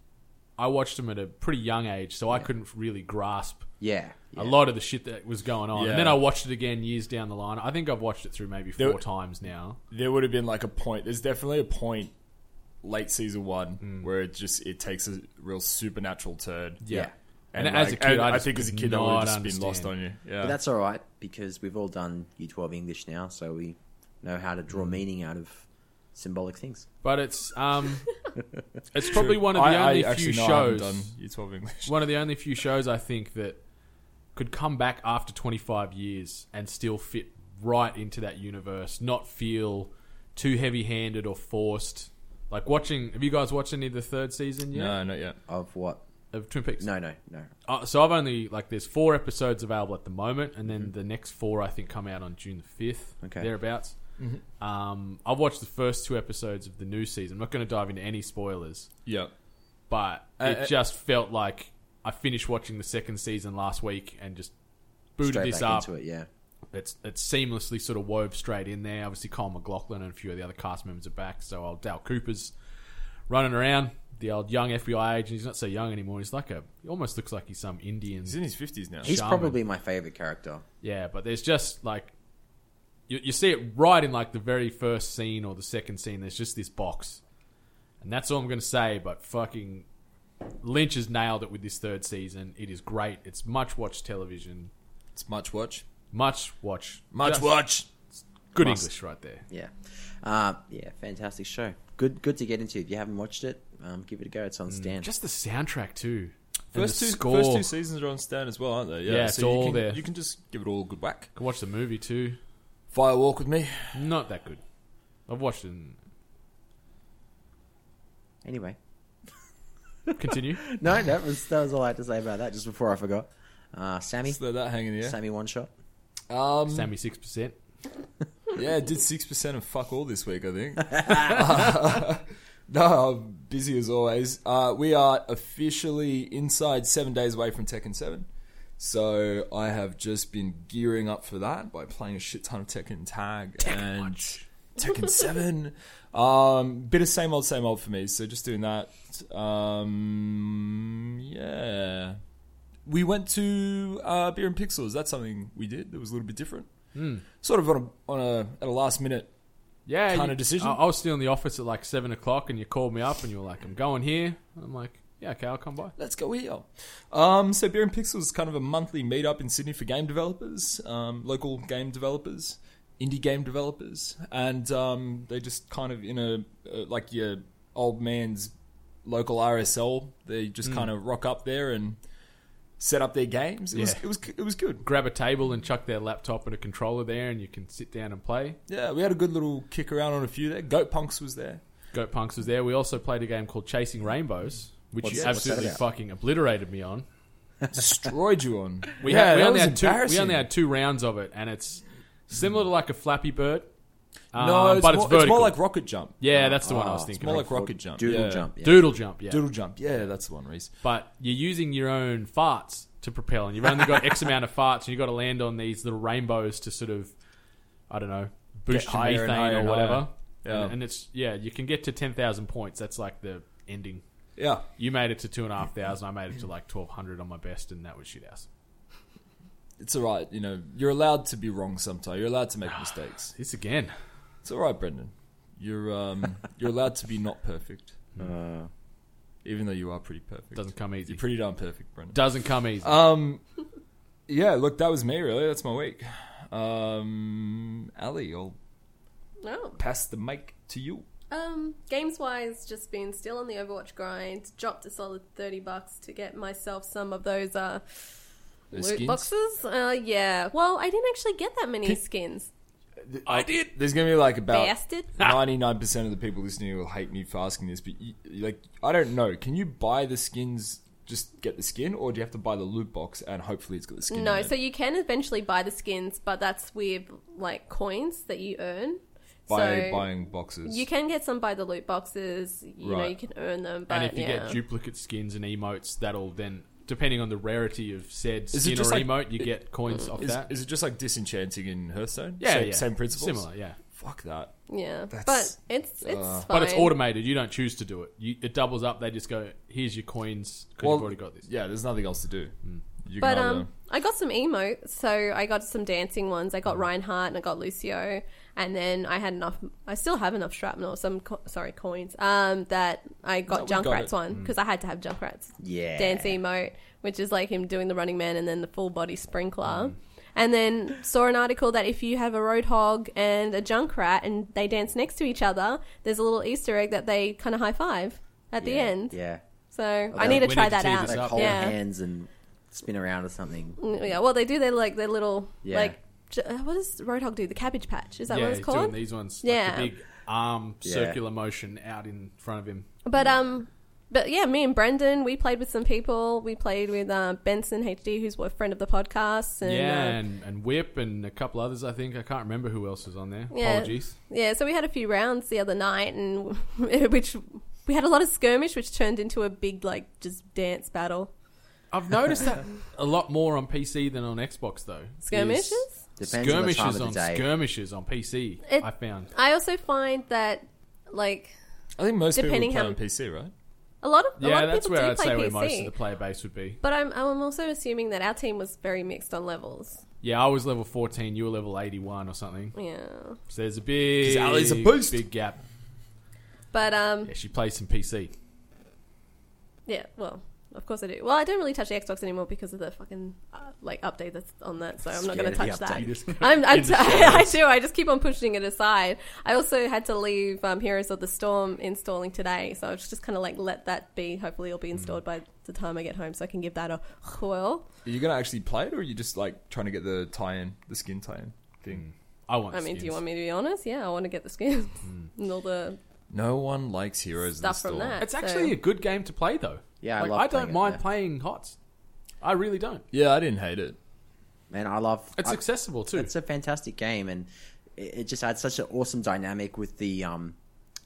G: I watched them at a pretty young age, so I couldn't really grasp
H: yeah, yeah.
G: a lot of the shit that was going on.
J: Yeah.
G: And then I watched it again years down the line. I think I've watched it through maybe four
J: There-
G: times now.
J: there would have been like a point. There's definitely a point late season one
G: Hmm.
J: where it just it takes a real supernatural turn.
H: Yeah.
J: and,
G: And as
J: like-
G: a kid,
J: and
G: I
J: I,
G: just
J: think as a
G: could
J: kid, I would have just
G: not
J: been lost on you.
G: understand.
J: Yeah,
H: But that's all right because we've all done Year Twelve English now, so we know how to
G: Mm.
H: draw meaning out of symbolic things.
G: But it's um, it's probably one of the
J: I- I
G: only few
J: actually know I haven't
G: shows.
J: done Year 12 English.
G: one of the only few shows I think that could come back after 25 years and still fit right into that universe, not feel too heavy-handed or forced. Like watching, have you guys watched any of the third season yet
J: No, not yet.
H: Of what?
G: of Twin Peaks?
H: No, no, no.
G: Uh, so I've only like there's four episodes available at the moment, and then the next four I think come out on June the fifth,
H: Mm-hmm. Okay.
G: thereabouts. Um, I've watched the first two episodes of the new season. I'm not going to dive into any spoilers,
J: Yeah,
G: but
J: Uh,
G: it
J: uh,
G: just felt like I finished watching the second season last week and just booted
H: Straight
G: this
H: back
G: up.
H: into it. Yeah,
G: It's it's seamlessly sort of wove straight in there. Obviously, Kyle McLaughlin and a few of the other cast members are back. So old Dal Cooper's running around. The old young FBI agent. He's not so young anymore. He's like a. He almost looks like he's some Indian.
J: he's in his fifties now.
H: he's
G: Shaman.
H: probably my favorite character.
G: Yeah, but there's just like you, you see it right in like the very first scene or the second scene. There's just this box, and that's all I'm going to say. But fucking Lynch has nailed it with this third season. It is great. It's much watched television.
J: It's much watch,
G: Much watch.
J: much
G: Just
J: watch.
G: Good
J: Must.
G: English right there.
H: Yeah, uh, yeah, fantastic show. Good, good to get into. If you haven't watched it, um, give it a go. It's on Stan.
G: Mm. Just the soundtrack too. And
J: First
G: the
J: two,
G: score.
J: first two seasons are on stand as well, aren't they?
G: Yeah, it's
J: you
G: all
J: can,
G: there.
J: You can just give it all a good whack.
G: Can watch the movie too.
J: Fire walk with me.
G: Not that good. I've watched it. and-
H: Anyway.
G: Continue.
H: No, that was that was all I had to say about that. Just before I forgot, uh, Sammy,
J: Just let that hang in the air.
H: Sammy one shot.
J: Um,
G: Sammy six percent.
J: Yeah, I did six percent and fuck all this week. I think. no, I'm busy as always. Uh, we are officially inside seven days away from Tekken Seven, so I have just been gearing up for that by playing a shit ton of Tekken Tag and Tekken Seven. Um, bit of same old, same old for me. So just doing that. Um, yeah. We went to uh, Beer and Pixels. That's something we did that was a little bit different sort of on a, on a at a last minute.
G: Yeah,
J: kind
G: you-
J: of decision.
G: I, I was still in the office at like seven o'clock, and you called me up, and you were like, "I'm going here." I'm like, "Yeah, okay, I'll come by."
J: Let's go here. Um, so Beer and Pixels is kind of a monthly meetup in Sydney for game developers, um, local game developers, indie game developers, and um, they just kind of in a uh, like your old man's local RSL. They just
G: Hmm.
J: kind of rock up there and set up their games. It was
G: Yeah.
J: it was it was good.
G: Grab a table and chuck their laptop and a controller there, and you can sit down and play.
J: Yeah, we had a good little kick around on a few there. Goat Punks was there.
G: Goat Punks was there. We also played a game called Chasing Rainbows, which
J: What's
G: you
J: that- what's that
G: absolutely
H: about?
G: fucking obliterated me on.
J: Destroyed you on.
G: We
J: yeah,
G: had we
J: that
G: only
J: was
G: had two. We
J: embarrassing.
G: only had two rounds of it, and it's similar to like a Flappy Bird. Um,
J: No, it's,
G: but
J: more,
G: it's vertical.
J: more like rocket jump.
G: yeah, that's the one I was
H: Ah,
G: thinking.
J: More
G: of.
J: like rocket jump.
H: Doodle
J: yeah.
H: jump. Yeah.
G: Doodle jump. Yeah,
J: Doodle jump. Yeah, that's the one, Reese.
G: but you're using your own farts to propel, and you've only got X amount of farts, and you've got to land on these little rainbows to sort of, I don't know, boost
J: Get
G: your
J: higher and
G: methane
J: higher
G: or
J: and
G: whatever.
J: higher. Yeah.
G: And, and it's yeah, you can get to ten thousand points. That's like the ending.
J: Yeah.
G: You made it to two and a half thousand. I made it to like twelve hundred on my best, and that was shit ass.
J: It's all right. You know, you're allowed to be wrong sometimes. You're allowed to make mistakes.
G: This again.
J: It's all right, Brendan. You're um, you're allowed to be not perfect. Uh, Even though you are pretty perfect.
G: Hmm. Doesn't come easy.
J: You're pretty darn perfect, Brendan.
G: Doesn't come easy.
J: Um, yeah, look, that was me, really. That's my week. Um, Ali, I'll
I: No.
J: pass the mic to you.
I: Um, games wise, just been still on the Overwatch grind. Dropped a solid thirty bucks to get myself some of those uh
J: The
I: loot
J: skins?
I: boxes. Uh, yeah. Well, I didn't actually get that many skins.
G: I did.
J: There's gonna be like about
I: Bastard.
J: ninety nine percent of the people listening will hate me for asking this, but you, like I don't know. Can you buy the skins? Just get the skin, or do you have to buy the loot box and hopefully it's got the skin?
I: No,
J: in it?
I: so you can eventually buy the skins, but that's with like coins that you earn.
J: by
I: so
J: buying boxes.
I: you can get some by the loot boxes. You know,
J: Right.
I: you can earn them, but
G: And if you
I: yeah.
G: get duplicate skins and emotes, that'll then, depending on the rarity of said
J: it
G: skin or
J: just like-
G: emote, you get coins off
J: is,
G: that.
J: is it just like disenchanting in Hearthstone?
G: yeah,
J: same,
G: yeah,
J: same principles.
G: similar. Yeah,
J: Fuck that.
I: yeah,
J: That's-
I: but it's it's
H: uh,
I: fine.
G: but it's automated. You don't choose to do it. You, it doubles up. They just go, "Here's your coins because
J: Well,
G: you've already got this."
J: Yeah, there's nothing else to do. You
I: But
J: can
I: um,
J: either-
I: I got some emote, so I got some dancing ones. I
J: Mm.
I: got Reinhardt and I got Lucio, and then I had enough. I still have enough shrapnel, some co- sorry coins. Um, that I got
J: That we got
I: Junkrat's
J: it. Mm.
I: one because I had to have Junkrat's
H: Yeah.
I: dance emote, which is like him doing the Running Man and then the full body sprinkler.
J: Mm.
I: And then saw an article that if you have a roadhog and a junkrat and they dance next to each other, there's a little Easter egg that they kind of high five at the
H: Yeah,
I: end.
H: Yeah.
I: So I need to
G: we
I: try
G: need to
I: that
G: tee
I: out.
G: this
H: Like
G: up.
H: hold
I: Yeah.
H: hands and spin around or something.
I: Mm, Yeah, well, they do their like their little
H: Yeah.
I: like j- uh, what does Roadhog do? The cabbage patch is that
G: yeah,
I: what it's
G: he's
I: called?
G: doing these ones.
I: Yeah.
G: Yeah, like the big arm
H: Yeah.
G: circular motion out in front of him.
I: But um, but yeah, me and Brendan we played with some people. We played with uh, Benson HD, who's a friend of the podcast, and
G: yeah,
I: uh,
G: and, and Whip and a couple others. I think I can't remember who else was on there.
I: Yeah.
G: Apologies.
I: yeah. So we had a few rounds the other night, and which we had a lot of skirmish, which turned into a big like just dance battle
G: I've noticed that a lot more on PC than on Xbox though.
I: skirmishes.
G: Is
H: Depends on the time
G: Skirmishes
H: of the
G: on
H: day.
G: skirmishes on PC.
I: It-
G: I found
I: I also find that like
J: I think most people play
I: depending how-
J: on PC, right?
I: a lot of a lot
G: yeah,
I: of
G: that's where
I: people do
G: I'd
I: play
G: say
I: PC.
G: where most of the player base would be.
I: but I'm I'm also assuming that our team was very mixed on levels.
G: Yeah, I was level fourteen. You were level eighty-one or something.
I: Yeah.
G: So there's a big,
J: 'Cause Ali's a beast.
G: big gap.
I: But um,
G: Yeah, she plays some PC.
I: yeah. Well, of course I do. Well, I don't really touch the Xbox anymore because of the fucking uh, like update that's on that. So I'm not going to
H: Scared
I: touch
H: of the
I: that.
H: update.
I: I'm, I'm
G: In
I: t-
G: the
I: I
G: shadows.
I: do. I just keep on pushing it aside. I also had to leave um, Heroes of the Storm installing today, so I was just kind of like let that be. Hopefully, it'll be
H: Hmm.
I: installed by the time I get home, so I can give that a whirl.
J: Are you gonna actually play it, or are you just like trying to get the tie-in, the skin tie-in thing?
G: I want.
I: I mean, do you want me to be honest? Yeah, I want to get the skins
H: Hmm.
I: and all the
J: No one likes Heroes
I: stuff
J: of the
I: from
J: Storm.
I: that.
G: It's actually a good game to play though.
H: Yeah, I
G: Like,
H: love
G: I don't
H: playing it,
G: mind
H: yeah.
G: playing HOTS. I really don't.
J: Yeah, I didn't hate it.
H: Man, I love
G: It's
H: I-
G: accessible too.
H: It's a fantastic game, and it, it just had such an awesome dynamic with the um,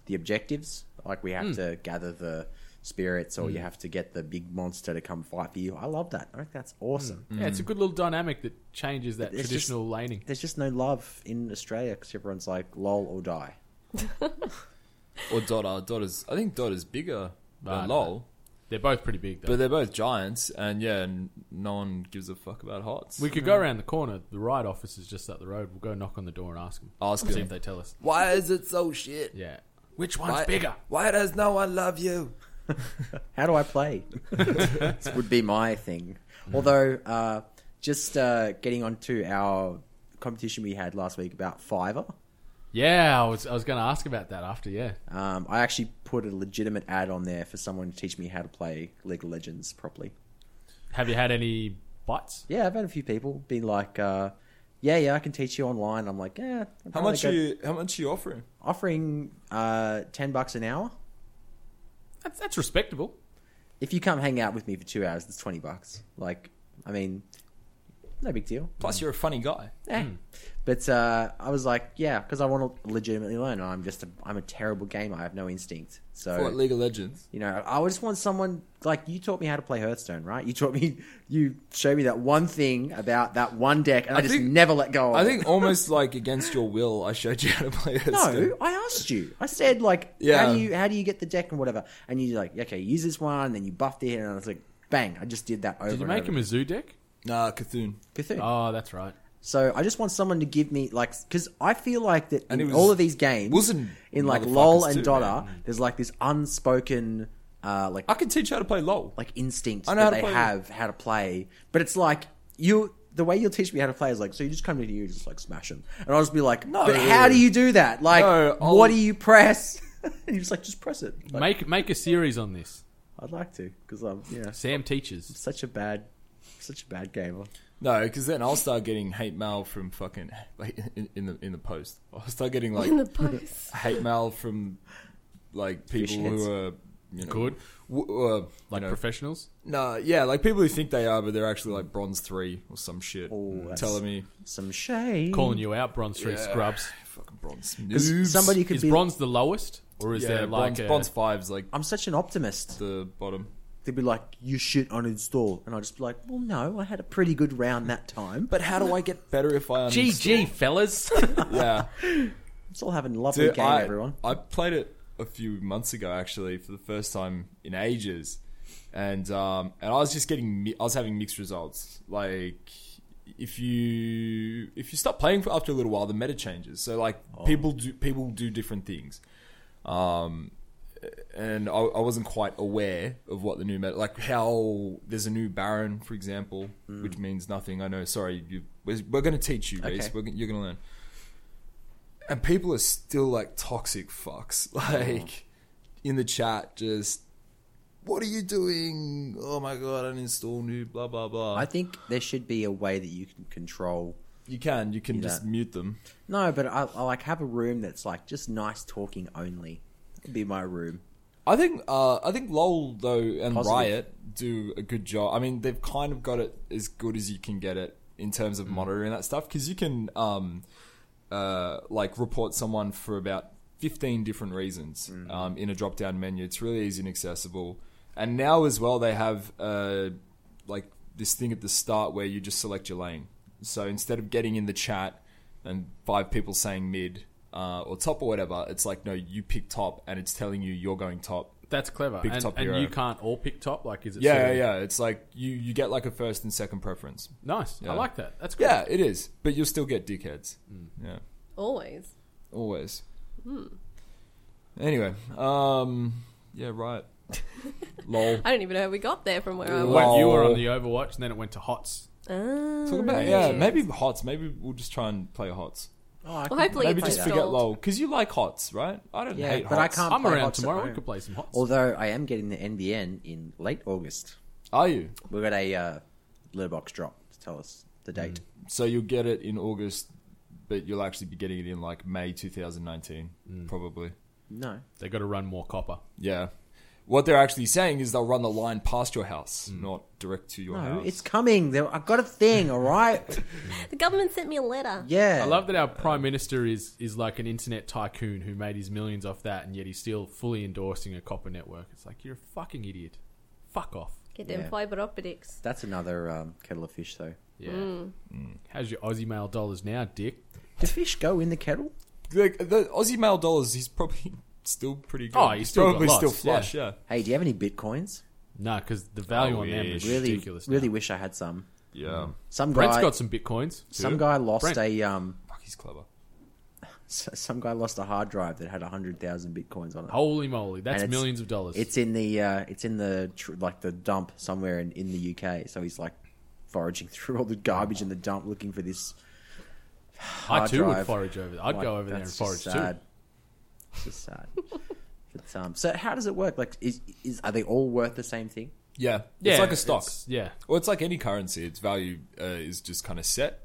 H: the objectives. Like we have to gather the spirits, or you have to get the big monster to come fight for you. I love that. I think that's awesome.
G: yeah, it's a good little dynamic that changes that
H: It's just-
G: traditional laning.
H: There's just no love in Australia because everyone's like "lol" or "die."
J: Or Dota. Dota's. I think Dota's bigger
G: Right.
J: than LOL,
G: They're both pretty big though.
J: but they're both giants, and yeah, n- no one gives a fuck about hearts.
G: we could go around the corner. The ride office is just up the road. We'll go knock on the door and ask them.
J: Ask
G: see
J: them.
G: if they tell us.
J: Why is it so shit?
G: Yeah. Which one's bigger?
J: Why does no one love you?
H: How do I play? This would be my thing. Although, uh, just uh, getting onto our competition we had last week about Fiverr.
G: Yeah, I was I was going to ask about that after. Yeah.
H: Um, I actually put a legitimate ad on there for someone to teach me how to play League of Legends properly.
G: Have you had any bites?
H: Yeah, I've had a few people be like, uh, "Yeah, yeah, I can teach you online." I'm like, "Yeah." I'd
J: How
H: rather
J: much
H: go-
J: are you? How much are you offering?
H: offering? Uh, Ten bucks an hour.
G: That's, that's respectable.
H: If you come hang out with me for two hours, it's twenty bucks. Like, I mean, no big deal.
J: Plus, you're a funny guy.
H: Eh. But uh, I was like, yeah, because I want to legitimately learn. I'm just, a, I'm a terrible gamer. I have no instinct. So
J: What League of Legends?
H: You know, I just want someone like you taught me how to play Hearthstone, right? You taught me, you showed me that one thing about that one deck, and I, just
J: think-
H: never let go. of
J: I
H: it.
J: think almost like against your will, I showed you how to play this.
H: no, I asked you. I said like, how
J: Yeah.
H: do you how do you get the deck and whatever? And you're like, okay, use this one. Then you buffed it, and I was like, bang! I just did that over.
G: Did you
H: and
G: make
H: over.
G: him a zoo deck?
J: Nah, Cthulhu.
H: Cthulhu.
G: Oh, that's right.
H: So I just want someone to give me like because I feel like that
J: And
H: in
J: it was-
H: all of these games,
J: Wilson
H: in like
J: motherfuckers
H: LOL and
J: too,
H: Dota, there's like this unspoken uh, like
J: I can teach you how to play LOL.
H: like instinct
J: I know how
H: that
J: to
H: they
J: play.
H: have how to play. But it's like you the way you'll teach me how to play is like so you just come to you just like smash them, and I'll just be like, no, but how do you do that? Like,
J: No, I'll-
H: what do you press? And he was like, just press it. Like,
G: Make make a series on this.
H: I'd like to because I'm yeah
G: Sam teaches.
H: such a bad, such a bad gamer.
J: No, because then I'll start getting hate mail from fucking like in, in the in the post. I'll start getting like
I: in the post.
J: hate mail from like people
H: Fish heads.
J: who are you know
G: Good.
J: w- uh,
G: Like
J: you know,
G: professionals.
J: no, yeah, like people who think they are, but they're actually like bronze three or some shit. Mm.
H: Oh, that's-
J: telling me
H: Some shade.
G: Calling you out, Bronze Street
J: Yeah.
G: Scrubs.
J: fucking bronze.
H: 'Cause
J: noobs.
H: somebody could
G: Is
H: be.
G: bronze the lowest? Or is
J: yeah,
G: there like
J: bronze,
G: a,
J: bronze fives like
H: I'm such an optimist.
J: the bottom.
H: They'd be like, "You shit on install," and I'd just be like, "Well, no, I had a pretty good round that time, but
J: But how do I get better if I
G: GG fellas?
J: Yeah,
H: I'm still having a lovely
J: Dude,
H: game,
J: I,
H: everyone."
J: I played it a few months ago actually for the first time in ages, and um, and I was just getting mi- I was having mixed results. Like if you if you stop playing for after a little while, the meta changes. So like
H: Oh.
J: people do people do different things. Um, and I, I wasn't quite aware of what the new meta like how there's a new baron for example which means nothing i know sorry you, we're, we're going to teach you Reese.
H: Hmm. Okay.
J: We're, gonna- you're going to learn and people are still like toxic fucks like in the chat just what are you doing oh my god uninstall new blah blah blah
H: I think there should be a way that you can control.
J: you can you can
H: Yeah.
J: just mute them
H: No, but I, I like have a room that's like just nice talking only. It'd be my room.
J: I think uh, I think LOL though and
H: Positive.
J: Riot do a good job. I mean, they've kind of got it as good as you can get it in terms of monitoring that stuff because you can um, uh, like report someone for about fifteen different reasons um, in a drop down menu. It's really easy and accessible. And now as well, they have uh, like this thing at the start where you just select your lane. So instead of getting in the chat and five people saying mid. Uh, or top or whatever, it's like no, you pick top, and it's telling you you're going top.
G: That's clever.
J: Pick
G: and
J: top
G: and
J: hero.
G: you can't all pick top. Like, is it?
J: Yeah, yeah,
G: sort of-
J: yeah. It's like you you get like a first and second preference.
G: Nice.
J: Yeah.
G: I like that. That's cool.
J: Yeah, it is, but you'll still get dickheads. Yeah,
I: Always.
J: always.
I: Hmm.
J: Anyway, um, yeah, right. Lol.
I: I don't even know how we got there from where I was.
G: When you were on
J: Lol.
G: the Overwatch, and then it went to Hots.
I: Ah,
J: Talk about
I: right.
J: yeah, maybe hots. Maybe we'll just try and play hots.
H: Oh, I
I: Well, hopefully
J: Maybe
I: it's
J: just
I: installed.
J: forget lol because you like hots, right? I don't
H: Yeah,
J: hate
H: but I
J: hots.
H: can't-
G: I'm
H: play
G: around
H: Hots at
G: tomorrow. We
H: home.
G: could play some Hots.
H: Although I am getting the NBN in late August.
J: Are you?
H: We've got a uh, blue box drop to tell us the date.
J: So you'll get it in August, but you'll actually be getting it in like May 2019, probably.
H: No.
G: They got to run more copper.
J: Yeah. What they're actually saying is they'll run the line past your house, not direct to your
H: No,
J: house.
H: it's coming. There, I've got a thing, all right?
I: The government sent me a letter.
H: Yeah.
G: I love that our prime minister is is like an internet tycoon who made his millions off that, and yet he's still fully endorsing a copper network. It's like you're a fucking idiot. Fuck off.
I: Get them
H: Yeah.
I: fibre optics.
H: That's another um, kettle of fish, though.
G: Yeah.
J: Mm.
G: Mm. How's your Aussie mail dollars now, Dick?
H: Do fish go in the kettle?
J: Like, the Aussie mail dollars, he's probably still pretty good.
G: Oh, he's still got
J: probably
G: lots,
J: still flush. Yeah.
H: Hey, do you have any bitcoins?
G: No, because the value
J: I
G: on them is
J: wish.
H: Really,
G: ridiculous. now.
H: really wish I had some.
J: yeah,
H: Some
G: Brent's
H: guy,
G: got some bitcoins.
H: some guy lost
G: Brent.
H: a um,
J: Fuck, he's clever.
H: s- some guy lost a hard drive that had hundred thousand bitcoins on it.
G: Holy moly, that's
H: And it's-
G: millions of dollars.
H: It's in the uh, it's in the tr- like the dump somewhere in, in the UK. So he's like foraging through all the garbage in the dump looking for this.
G: I
H: hard
G: too would
H: drive.
G: forage over. I'd
H: Like,
G: go over there and
H: that's
G: forage
H: just
G: too.
H: sad. It's just sad. But, um, so how does it work? Like, is, is are they all worth the same thing?
J: Yeah. It's like a stock.
G: it's- yeah.
J: Well, it's like any currency. Its value uh, is just kind of set.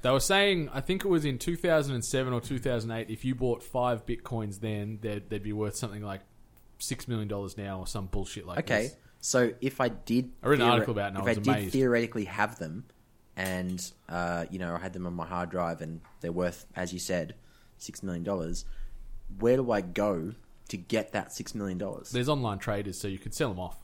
G: They were saying, I think it was in 2007 or 2008, if you bought five bitcoins then, they'd, they'd be worth something like $6 million now or some bullshit like
H: Okay,
G: this.
H: so if I did,
G: I read an article about it and I
H: if
G: was
H: I did
G: amazed.
H: theoretically have them, and uh, you know I had them on my hard drive, and they're worth, as you said, six million dollars. Where do I go to get that six million dollars?
G: There's online traders, so you could sell them off.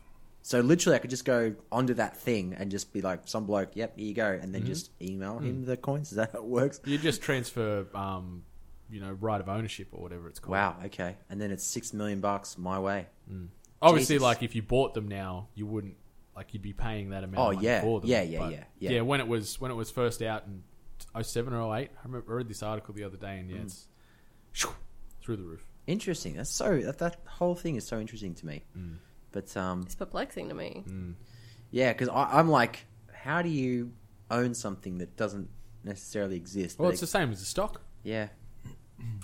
H: So literally, I could just go onto that thing and just be like, some bloke, yep, here you go, and
G: Mm-hmm.
H: then just email
G: Mm.
H: him the coins. Is that how it works?
G: You just transfer, um, you know, right of ownership or whatever it's called.
H: Wow. Okay, and then it's six million bucks my way.
G: Mm. Obviously,
H: Jesus.
G: like if you bought them now, you wouldn't like you'd be paying that amount.
H: Oh,
G: of money
H: yeah.
G: for them,
H: Yeah, yeah,
G: but-
H: yeah, yeah.
G: When it was when it was first out in 07 or 08, I remember I read this article the other day, and yeah,
H: Mm.
G: it's shoo, through the roof.
H: Interesting. That's so that, that whole thing is so interesting to me.
G: Mm.
H: But um,
I: It's perplexing to me.
J: Mm.
H: Yeah, because I'm like, how do you own something that doesn't necessarily exist?
G: Well,
H: but
G: it's
H: it-
G: the same as a stock.
H: yeah,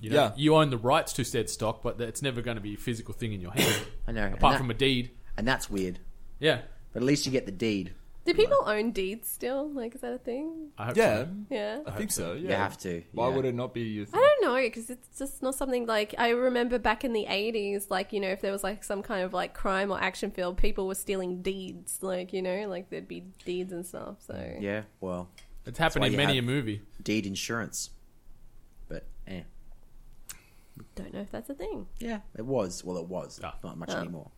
G: You know,
J: Yeah.
G: you own the rights to said stock, but it's never going to be a physical thing in your hand,
H: I know. and,
G: apart
H: that-
G: from a deed.
H: and that's weird.
G: Yeah,
H: But at least you get the deed.
I: Do people own deeds still? Like, is that a thing?
G: I hope
J: Yeah,
G: so.
I: Yeah.
J: I think so. Yeah.
H: You have to.
J: Why
H: yeah.
J: would it not be your
I: I
J: thing?
I: don't know because it's just not something like I remember back in the eighties. Like you know, if there was like some kind of like crime or action film, people were stealing deeds. Like you know, like there'd be deeds and stuff. So
H: Yeah. Well,
G: It's happened
H: why
G: in
H: you
G: many
H: have-
G: a movie.
H: deed insurance. But eh.
I: don't know if that's a thing.
H: yeah, it was. Well, it was
G: Ah.
H: not
I: Oh.
H: much anymore.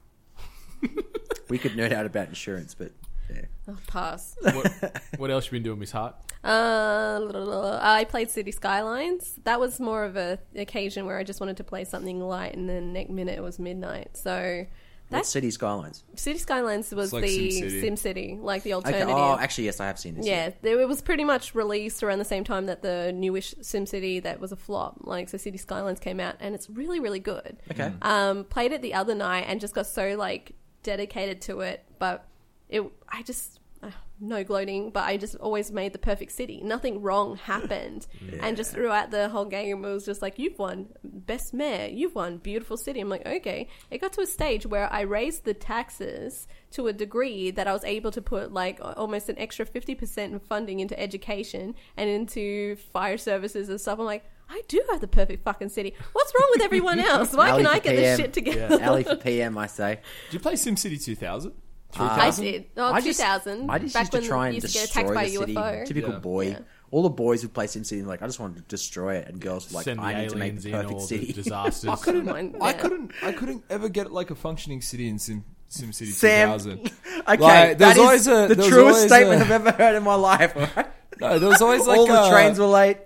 H: we could nerd out about insurance, but yeah.
I: Oh, pass.
G: What, what else you been doing, Miss Hart?
I: Uh, la, la, la. I played City Skylines. That was more of a occasion where I just wanted to play something light, and then next minute it was midnight. So
H: What
I: that's
H: city skylines?
I: City Skylines was
J: It's like
I: the
J: SimCity.
I: Sim City, like the
H: Okay.
I: alternative.
H: Oh, actually, yes, I have seen this.
I: Yeah, there, it was pretty much released around the same time that the newish SimCity that was a flop, like so City Skylines came out, and it's really really good.
H: Okay.
I: Um, played it the other night and just got so like dedicated to it, but it I just uh, no gloating, but I just always made the perfect city. Nothing wrong happened, and just throughout the whole game, it was just like you've won best mayor, you've won beautiful city. I'm like okay. It got to a stage where I raised the taxes to a degree that I was able to put like a- almost an extra fifty percent of funding into education and into fire services and stuff. I'm like. I do have the perfect fucking city. What's wrong with everyone else? Why
H: Alley
I: can
H: for
I: I get
H: PM.
I: this shit together?
H: Alley for PM, I say.
J: Did you play SimCity 2000?
I: I did. Oh,
H: I just-
I: 2000.
H: I just
I: back
H: used to
I: when
H: try and
I: you used to
H: destroy
I: get attacked by a
H: the city.
I: UFO.
H: Typical
J: Yeah.
H: boy. All the boys who play SimCity, like I just wanted to destroy it, and girls were like,
G: Send the
H: I need to make
G: aliens
H: the
G: in all
H: perfect
G: the
H: city.
G: disasters.
I: Mine-
J: I
I: yeah.
J: couldn't. I couldn't ever get like a functioning city in Sim SimCity
H: Sam,
J: 2000.
H: okay,
J: Like,
H: that
J: there's
H: is
J: always a-
H: the
J: there's
H: truest
J: always
H: statement
J: a-
H: I've ever heard in my life.
J: No, there was always like
H: All the
J: a-
H: trains were late.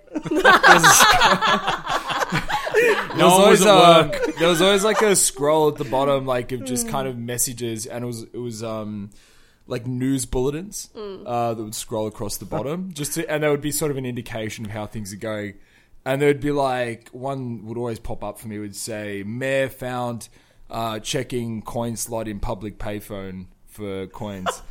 J: There was
G: one
J: always
G: was at
H: uh,
J: um, there was always like a scroll at the bottom, like of just
I: Hmm.
J: kind of messages, and it was it was um like news bulletins
I: Hmm.
J: uh, that would scroll across the bottom, just to, and there would be sort of an indication of how things are going, and there'd be like one would always pop up for me would say mayor found uh, checking coin slot in public payphone for coins.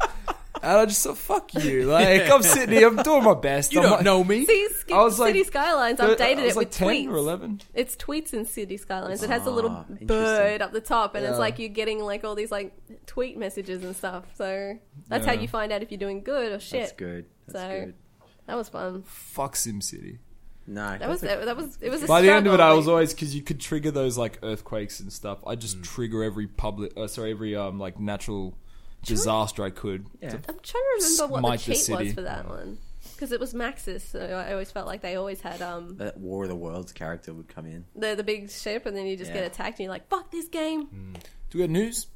J: And I just thought, fuck you. Like, I'm sitting here, I'm doing my best.
G: You
J: I'm
G: don't
J: like-
G: know me.
I: See, Sk-
J: I was like-
I: City Skylines
J: I was
I: updated it
J: like
I: with
J: 10
I: tweets.
J: or 11.
I: It's tweets in City Skylines. It has a
H: Ah,
I: little
H: interesting.
I: bird up the top, and
J: Yeah.
I: it's like you're getting like all these like tweet messages and stuff. So that's how
J: Yeah.
I: you find out if you're doing good or shit.
H: That's good. That's
I: So-
H: good.
I: That was fun.
J: Fuck SimCity.
H: No,
I: That was
H: that's
I: that, was it was. A
J: By the end of it,
I: struggle,
J: I was
I: like-
J: always because you could trigger those like earthquakes and stuff. I just
G: Mm.
J: trigger every public, uh, sorry, every um like natural disaster I could.
H: Yeah.
I: I'm trying to remember what
J: Smite the
I: the cheat
J: city.
I: was for that one because it was Maxis. So I always felt like they always had um
H: that War of the Worlds character would come in.
I: the the big ship, and then you just
H: Yeah.
I: get attacked, and you're like, "Fuck this game."
G: Mm.
J: Do we have news?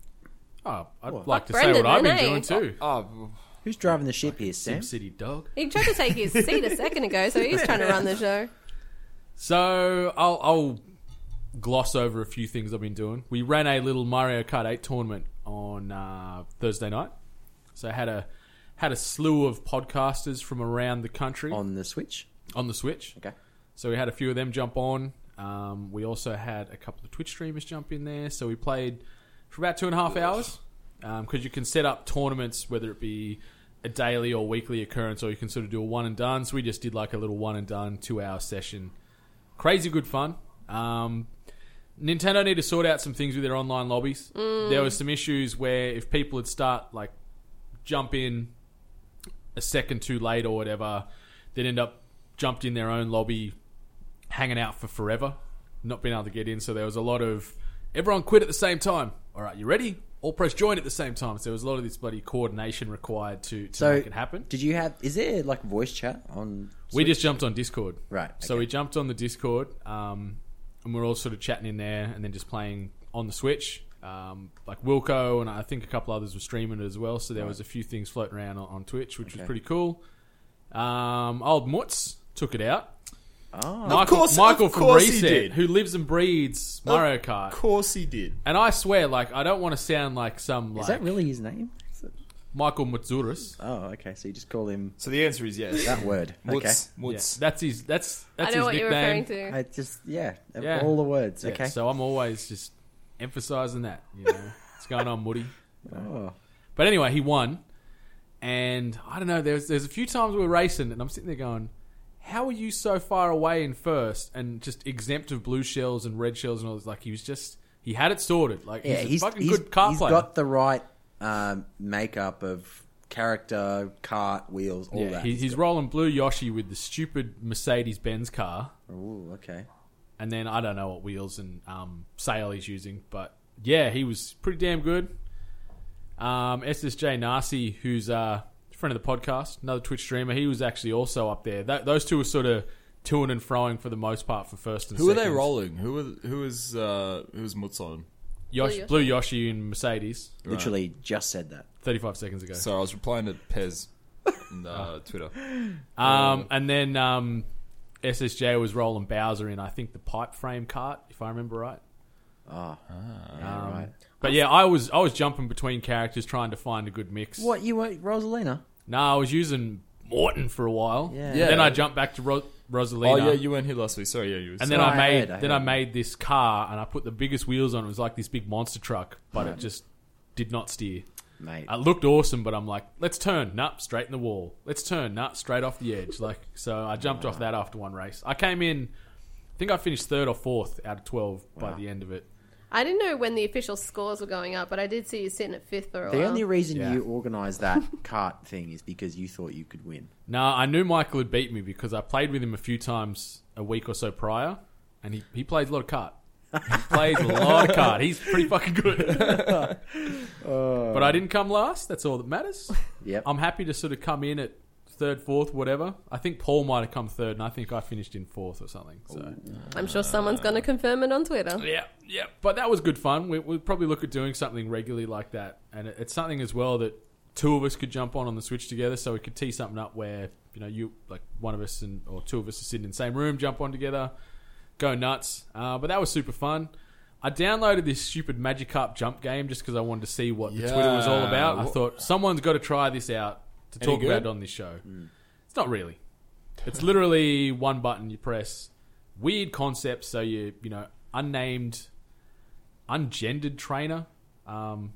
G: Oh, I'd like to say
I: Brendan,
G: what I've been
I: then, eh?
G: doing too.
J: Oh,
H: Who's driving the ship here, Sam?
G: City dog.
I: He tried to take his seat a second ago, so he's trying to run the show.
G: So I'll, I'll gloss over a few things I've been doing. We ran a little Mario Kart 8 tournament on uh, Thursday night. So I had a had a slew of podcasters from around the country on,
H: On the Switch.
G: the Switch.
H: Okay.
G: So we had a few of them jump on. Um, we also had a couple of Twitch streamers jump in there. So we played for about two and a half hours because you can set up tournaments, whether it be a daily or weekly occurrence, or you can sort of do a one and done. So we just did like a little one and done two hour session. Crazy good fun. Um, Nintendo need to sort out some things with their online lobbies. There was some issues where if people would start like jump in a second too late or whatever, they'd end up jumped in their own lobby, hanging out for forever, not being able to get in. So there was a lot of everyone quit at the same time. All right, you ready? All press join at the same time. So there was a lot of this bloody coordination required to, to
H: So
G: make it happen.
H: Did you have? Is there like voice chat on?
G: We just jumped on Discord.
H: Right,
G: So
H: okay.
G: we jumped on the Discord, um, and we are all sort of chatting in there, and then just playing on the Switch. Um, like Wilco and I think a couple others were streaming it as well. So there was a few things floating around on, on Twitch, which was pretty cool. Um, old Mutz took it out.
H: Oh.
G: Michael,
J: course-
G: Michael
J: of
G: from
J: course he
G: Reset,
J: did.
G: who lives and breathes Mario Kart,
J: of course he did.
G: and I swear, like I don't want to sound like some like
H: Is that really his name? Is it-
G: Michael Mutzuris.
H: Oh, okay. So you just call him
J: So the answer is yes.
H: that word. Okay.
J: Woods,
G: Yeah,
J: Woods.
G: that's his. That's that's
I: I know
G: his
I: what
G: nickname.
I: you're referring to.
H: I just yeah, of
G: Yeah.
H: all the words.
G: Yeah,
H: Okay.
G: So I'm always just emphasizing that. You know, what's going on, Woody?
H: Oh.
G: But anyway, he won, and I don't know. There's there's a few times we were racing, and I'm sitting there going, how are you so far away in first and just exempt of blue shells and red shells and all this? Like he was just he had it sorted. Like
H: Yeah,
G: he's, a
H: he's,
G: fucking
H: he's-
G: good car
H: he's
G: player.
H: got the right um, makeup of character, cart, wheels, all
G: yeah,
H: that.
G: he, he's rolling blue Yoshi with the stupid Mercedes Benz car,
H: Ooh, okay.
G: and then I don't know what wheels and um, sail he's using, but yeah, he was pretty damn good. Um, SSJ Nasi, who's uh, a friend of the podcast, another Twitch streamer, he was actually also up there. That, those two were sort of toing and froing for the most part for first and
J: Who are
G: second.
J: they rolling? Who are, who is uh, who is Mutz on?
G: Yoshi, blue Yoshi and Mercedes.
H: Literally just said that.
G: 35 seconds ago.
J: Sorry, I was replying to Pez on
G: Ah.
J: uh, Twitter.
G: um, and then um, SSJ was rolling Bowser in, I think, the pipe frame cart, if I remember right.
H: Ah.
G: Um,
H: Yeah, right.
G: But yeah, I was I was jumping between characters trying to find a good mix.
H: What you want, Rosalina?
G: No, I was using Morton for a while.
H: Yeah.
G: And Then I jumped back to Ro- Rosalina.
J: Oh yeah, you weren't here last week. Sorry, yeah, you. Were
G: and then
H: No,
G: I,
H: I
G: made
H: heard, I
G: then
H: heard.
G: I made this car and I put the biggest wheels on. It was like this big monster truck, but it just did not steer.
H: Mate,
G: It looked awesome, but I'm like, let's turn, nah, straight in the wall. Let's turn, nah, straight off the edge. Like, so I jumped off that after one race. I came in, I think I finished third or fourth out of twelve by the end of it.
I: I didn't know when the official scores were going up, but I did see you sitting at fifth for a
H: the
I: while.
H: only reason
G: Yeah.
H: you organised that cart thing is because you thought you could win.
G: No, I knew Michael had beat me because I played with him a few times a week or so prior, and he, he plays a lot of cart. He plays a lot of cart. He's pretty fucking good. but I didn't come last. That's all that matters.
H: Yep.
G: I'm happy to sort of come in at third, fourth, whatever. I think Paul might have come third, and I think I finished in fourth or something. So
I: I'm sure someone's going to confirm it on Twitter.
G: yeah, yeah. But that was good fun. We, we'll probably look at doing something regularly like that, and it, it's something as well that two of us could jump on on the Switch together, so we could tee something up where you know you like one of us and or two of us are sitting in the same room, jump on together, go nuts. Uh, but that was super fun. I downloaded this stupid Magikarp jump game just because I wanted to see what the Twitter was all
J: Yeah.
G: about. I
J: Wha-
G: thought someone's got to try this out to
J: Any
G: talk about
J: good? Hmm.
G: it on this show. It's not really. It's literally one button you press. Weird concept. So you you know unnamed, ungendered trainer. Um,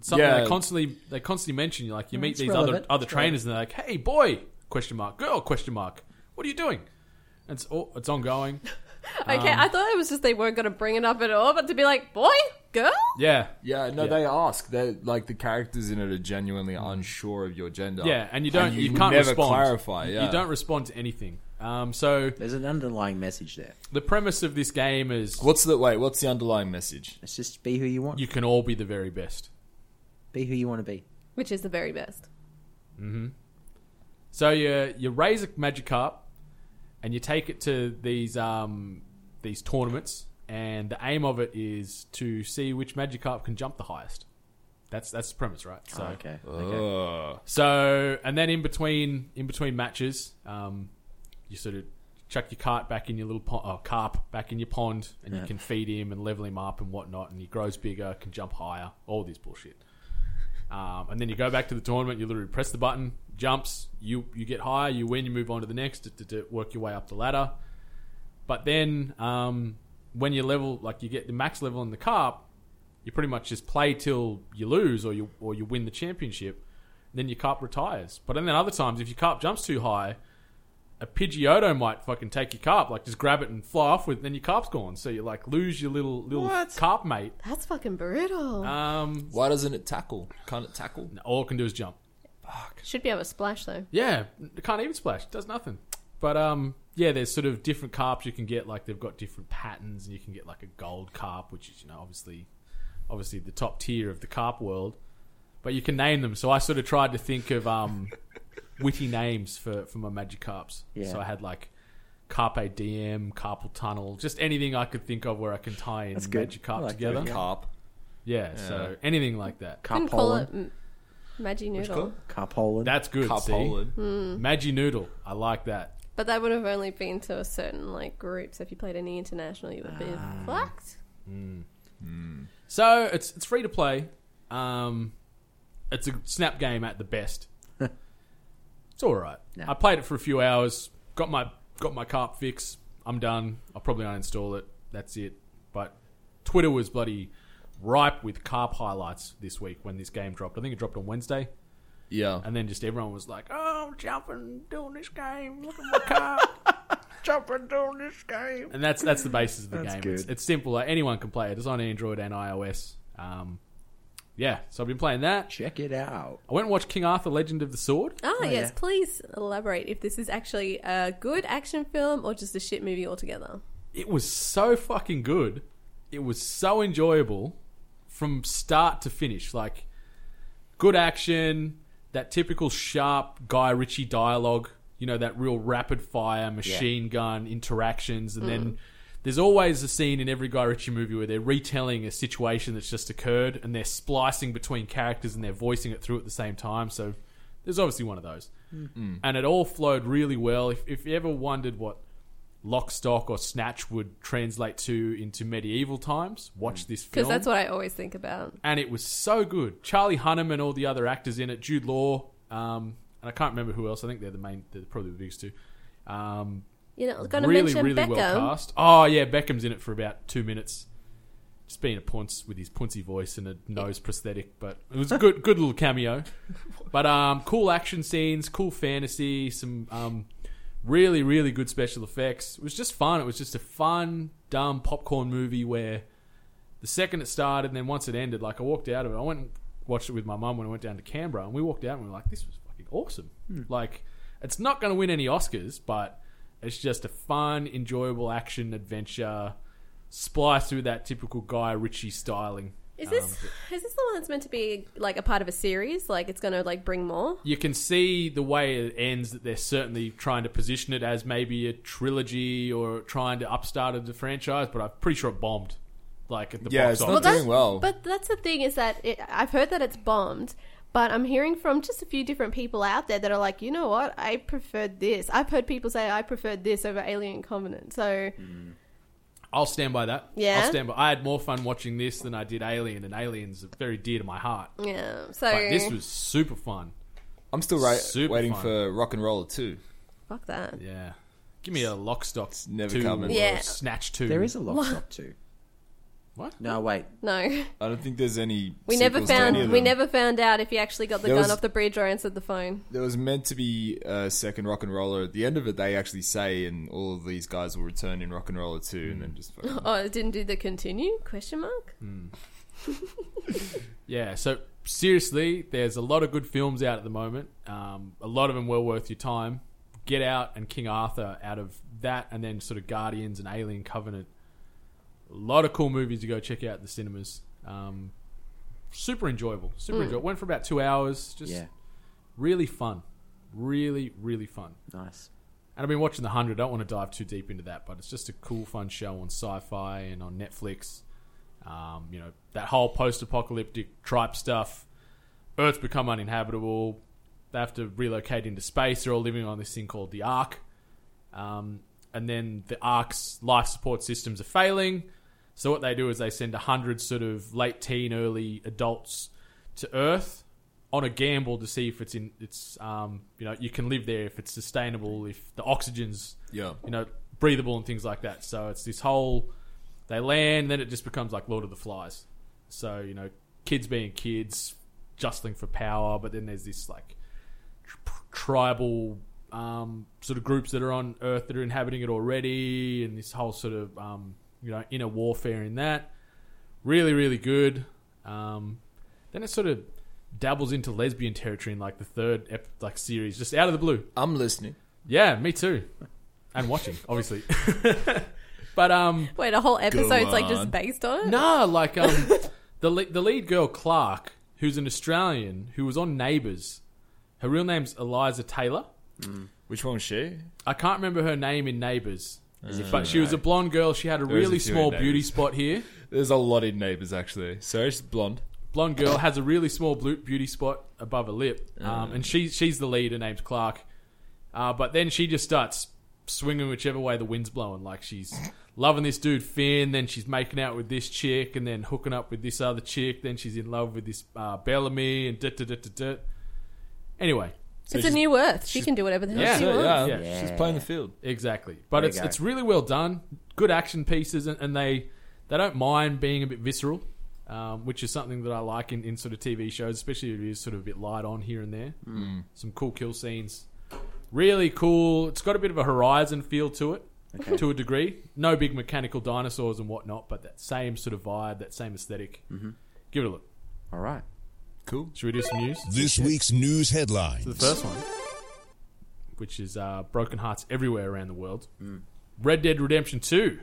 G: something
J: Yeah.
G: they constantly they constantly mention. Like you meet
H: it's
G: these
H: relevant.
G: other other
H: It's
G: trainers and they're like, "Hey, boy!" Question mark. Girl? Question mark. What are you doing? And it's oh, it's ongoing.
I: Okay, I thought it was just they weren't going to bring it up at all, but to be like, boy, girl?
G: Yeah.
J: Yeah, no,
G: Yeah. Mm.
J: they ask. They like the characters in it are genuinely unsure of your gender.
G: Yeah, and you don't you, can't
J: never
G: respond.
J: clarify. Yeah,
G: You don't respond to anything. Um, so
H: There's an underlying message there.
G: the premise of this game is
J: What's the wait? What's the underlying message?
H: It's just be who you want.
G: you can all be the very best.
H: be who you want to be.
I: Which is the very best.
G: So you you raise a Magikarp and you take it to these um, these tournaments, and the aim of it is to see which Magikarp can jump the highest. That's that's the premise, right? So,
H: Oh,
G: uh,
H: okay.
J: Ugh.
G: So and then in between in between matches, um, you sort of chuck your cart back in your little pond, oh, carp back in your pond, and you can feed him and level him up and whatnot, and he grows bigger, can jump higher, all this bullshit. Um, and then you go back to the tournament. You literally press the button, jumps. You you get higher. You win. You move on to the next. To, work your way up the ladder. But then um, when you level, like you get the max level in the carp, you pretty much just play till you lose or you or you win the championship. Then your carp retires. But then other times, if your carp jumps too high, a Pidgeotto might fucking take your carp, like just grab it and fly off with. Then your carp's gone. So you like lose your little little carp mate.
I: That's fucking brutal.
G: Um,
J: Why doesn't it tackle? Can't it tackle?
G: all it can do is jump.
I: Should be able to splash, though.
G: Yeah, it can't even splash. It does nothing. But um, yeah, there's sort of different carps you can get. Like they've got different patterns, and you can get like a gold carp, which is you know obviously, obviously the top tier of the carp world. But you can name them. So I sort of tried to think of um, witty names for for my magic carps.
H: Yeah.
G: So I had like. Carpe Diem, Carpal Tunnel, just anything I could think of where I can tie in
H: good.
G: Magic Carp
H: I like that,
G: together.
H: yeah.
J: Carp.
G: Yeah, so anything like that.
I: Couldn't call it
H: Carpoland.
I: M- Maggi Noodle.
H: Carpoland.
G: That's good.
J: Carp
G: See? Maggi Noodle. I like that.
I: But that would have only been to a certain, like, group. So if you played any international, you would be
G: Ah.
I: fucked.
G: So it's it's free to play. Um, it's a snap game at the best. it's all right.
H: Yeah.
G: I played it for a few hours. Got my got my carp fix. I'm done. I'll probably uninstall it. That's it. But Twitter was bloody ripe with carp highlights this week when this game dropped. I think it dropped on Wednesday.
J: Yeah.
G: And then just everyone was like, "Oh, I'm jumping, doing this game, look at my car."
B: jumping down this game.
G: and that's that's the basis of the
H: That's
G: game.
H: good.
G: It's, it's simple. Like, anyone can play it. It's on Android and iOS. Um, yeah, so I've been playing that.
H: Check it out.
G: I went and watched King Arthur: Legend of the Sword.
I: Ah, yes.
H: yeah.
I: Please elaborate if this is actually a good action film or just a shit movie altogether.
G: It was so fucking good. It was so enjoyable from start to finish. Like good action, that typical sharp Guy Ritchie dialogue. You know that real rapid fire machine gun interactions, and then there's always a scene in every Guy Ritchie movie where they're retelling a situation that's just occurred, and they're splicing between characters and they're voicing it through at the same time. So there's obviously one of those, and it all flowed really well. If, if you ever wondered what Lock, Stock, or Snatch would translate to into medieval times, watch this film
I: Because that's what I always think about.
G: and it was so good. Charlie Hunnam and all the other actors in it, Jude Law, um, and I can't remember who else. I think they're the main, they're probably the biggest two. Um,
I: You know, I was going to
G: really,
I: mention
G: really
I: Beckham.
G: well cast. Oh yeah, Beckham's in it for about two minutes, just being a punce with his puncy voice and a nose prosthetic. But it was a good, good little cameo. But um, cool action scenes, cool fantasy, some um, really, really good special effects. It was just fun. It was just a fun, dumb popcorn movie where the second it started and then once it ended, like I walked out of it. I went and watched it with my mum when I went down to Canberra, and we walked out and we were like, "This was fucking awesome." Like, it's not going to win any Oscars, but it's just a fun, enjoyable action adventure spliced with that typical Guy Ritchie styling.
I: Is this
G: Um,
I: is this the one that's meant to be like a part of a series? Like it's going to like bring more?
G: You can see the way it ends that they're certainly trying to position it as maybe a trilogy or trying to upstart of the franchise, but I'm pretty sure it bombed. Like at the
J: Yeah,
G: box
J: it's
G: office.
J: not doing well.
I: But that's the thing is that it, I've heard that it's bombed, but I'm hearing from just a few different people out there that are like, you know what, I preferred this. I've heard people say I preferred this over Alien Covenant. So
G: Mm. I'll stand by that.
I: Yeah?
G: I'll stand by. I had more fun watching this than I did Alien, and Alien's very dear to my heart.
I: yeah, so
G: But this was super fun.
J: I'm still right,
G: Super
J: waiting
G: fun.
J: for Rock and Roller 2.
I: fuck that.
G: Yeah, give me a Lockstock
J: never
G: two
J: coming.
G: or
I: Yeah.
G: Snatch two.
H: There is a lock stop too.
G: What?
H: No, wait.
I: No,
J: I don't think there's any.
I: we never
J: sequels to any
I: found
J: of
I: we
J: them.
I: never found out if he actually got the
J: There
I: gun
J: was-
I: off the bridge or answered the phone.
J: There was meant to be a second Rock and Roller. At the end of it, they actually say, and all of these guys will return in Rock and Roller 2, and then just fucking.
I: Oh, it didn't do the continue question mark.
J: Mm.
G: Yeah. So seriously, there's a lot of good films out at the moment. Um, a lot of them well worth your time. Get Out and King Arthur out of that, and then sort of Guardians and Alien Covenant. A lot of cool movies to go check out at the cinemas. Um, super enjoyable. Super
I: Hmm.
G: enjoyable. Went for about two hours. Just
H: Yeah,
G: really fun. Really, really fun.
H: nice.
G: And I've been watching The 100. I don't want to dive too deep into that, but it's just a cool, fun show on sci fi and on Netflix. Um, you know, that whole post apocalyptic tripe stuff. Earth's become uninhabitable. They have to relocate into space. They're all living on this thing called the Ark. Um, and then the Ark's life support systems are failing. So what they do is they send 100 sort of late teen, early adults to Earth on a gamble to see if it's in it's um you know you can live there if it's sustainable if the oxygen's
J: Yeah.
G: you know breathable and things like that so it's this whole they land then it just becomes like Lord of the Flies so you know kids being kids jostling for power but then there's this like tr- tribal um, sort of groups that are on Earth that are inhabiting it already, and this whole sort of um, you know inner warfare in that. Really, really good. Um, then it sort of dabbles into lesbian territory in like the third ep- like series, just out of the blue.
J: I'm listening.
G: Yeah, me too. And watching, obviously. but um,
I: Wait, a whole episode's like
J: on.
I: just based on it.
G: no, like um, the le- the lead girl Clark, who's an Australian who was on Neighbours. Her real name's Eliza Taylor.
J: Which one's she?
G: I can't remember her name in Neighbours, but she was a blonde girl. She had a
J: was a
G: really
J: few in
G: small beauty
J: Neighbours.
G: spot here.
J: There's a lot in Neighbours, actually. So she's blonde.
G: Blonde girl has a really small blue beauty spot above her lip,
J: Oh,
G: um, and she she's the lead. Her name's Clark, uh, but then she just starts swinging whichever way the wind's blowing. Like she's loving this dude Finn, then she's making out with this chick, and then hooking up with this other chick. Then she's in love with this uh, Bellamy, and da da da da da. Anyway,
I: it's a new Earth. She can do whatever the hell
G: Yeah.
I: she
J: So,
I: wants.
J: yeah,
G: Yeah.
J: she's playing the field.
G: Exactly. But
H: There you
G: it's
H: go.
G: it's really well done. Good action pieces, and, and they they don't mind being a bit visceral, um, which is something that I like in, in sort of TV shows, especially if it is sort of a bit light on here and there. Mm. Some cool kill scenes. Really cool. It's got a bit of a Horizon feel to it. to a degree. No big mechanical dinosaurs and whatnot, but that same sort of vibe, that same esthetic Mm-hmm. Give it a look.
H: All right.
J: Cool.
G: Should we do some news?
D: This week's news headlines.
G: The first one, which is uh, broken hearts everywhere around the world.
J: Hmm.
G: Red Dead Redemption Two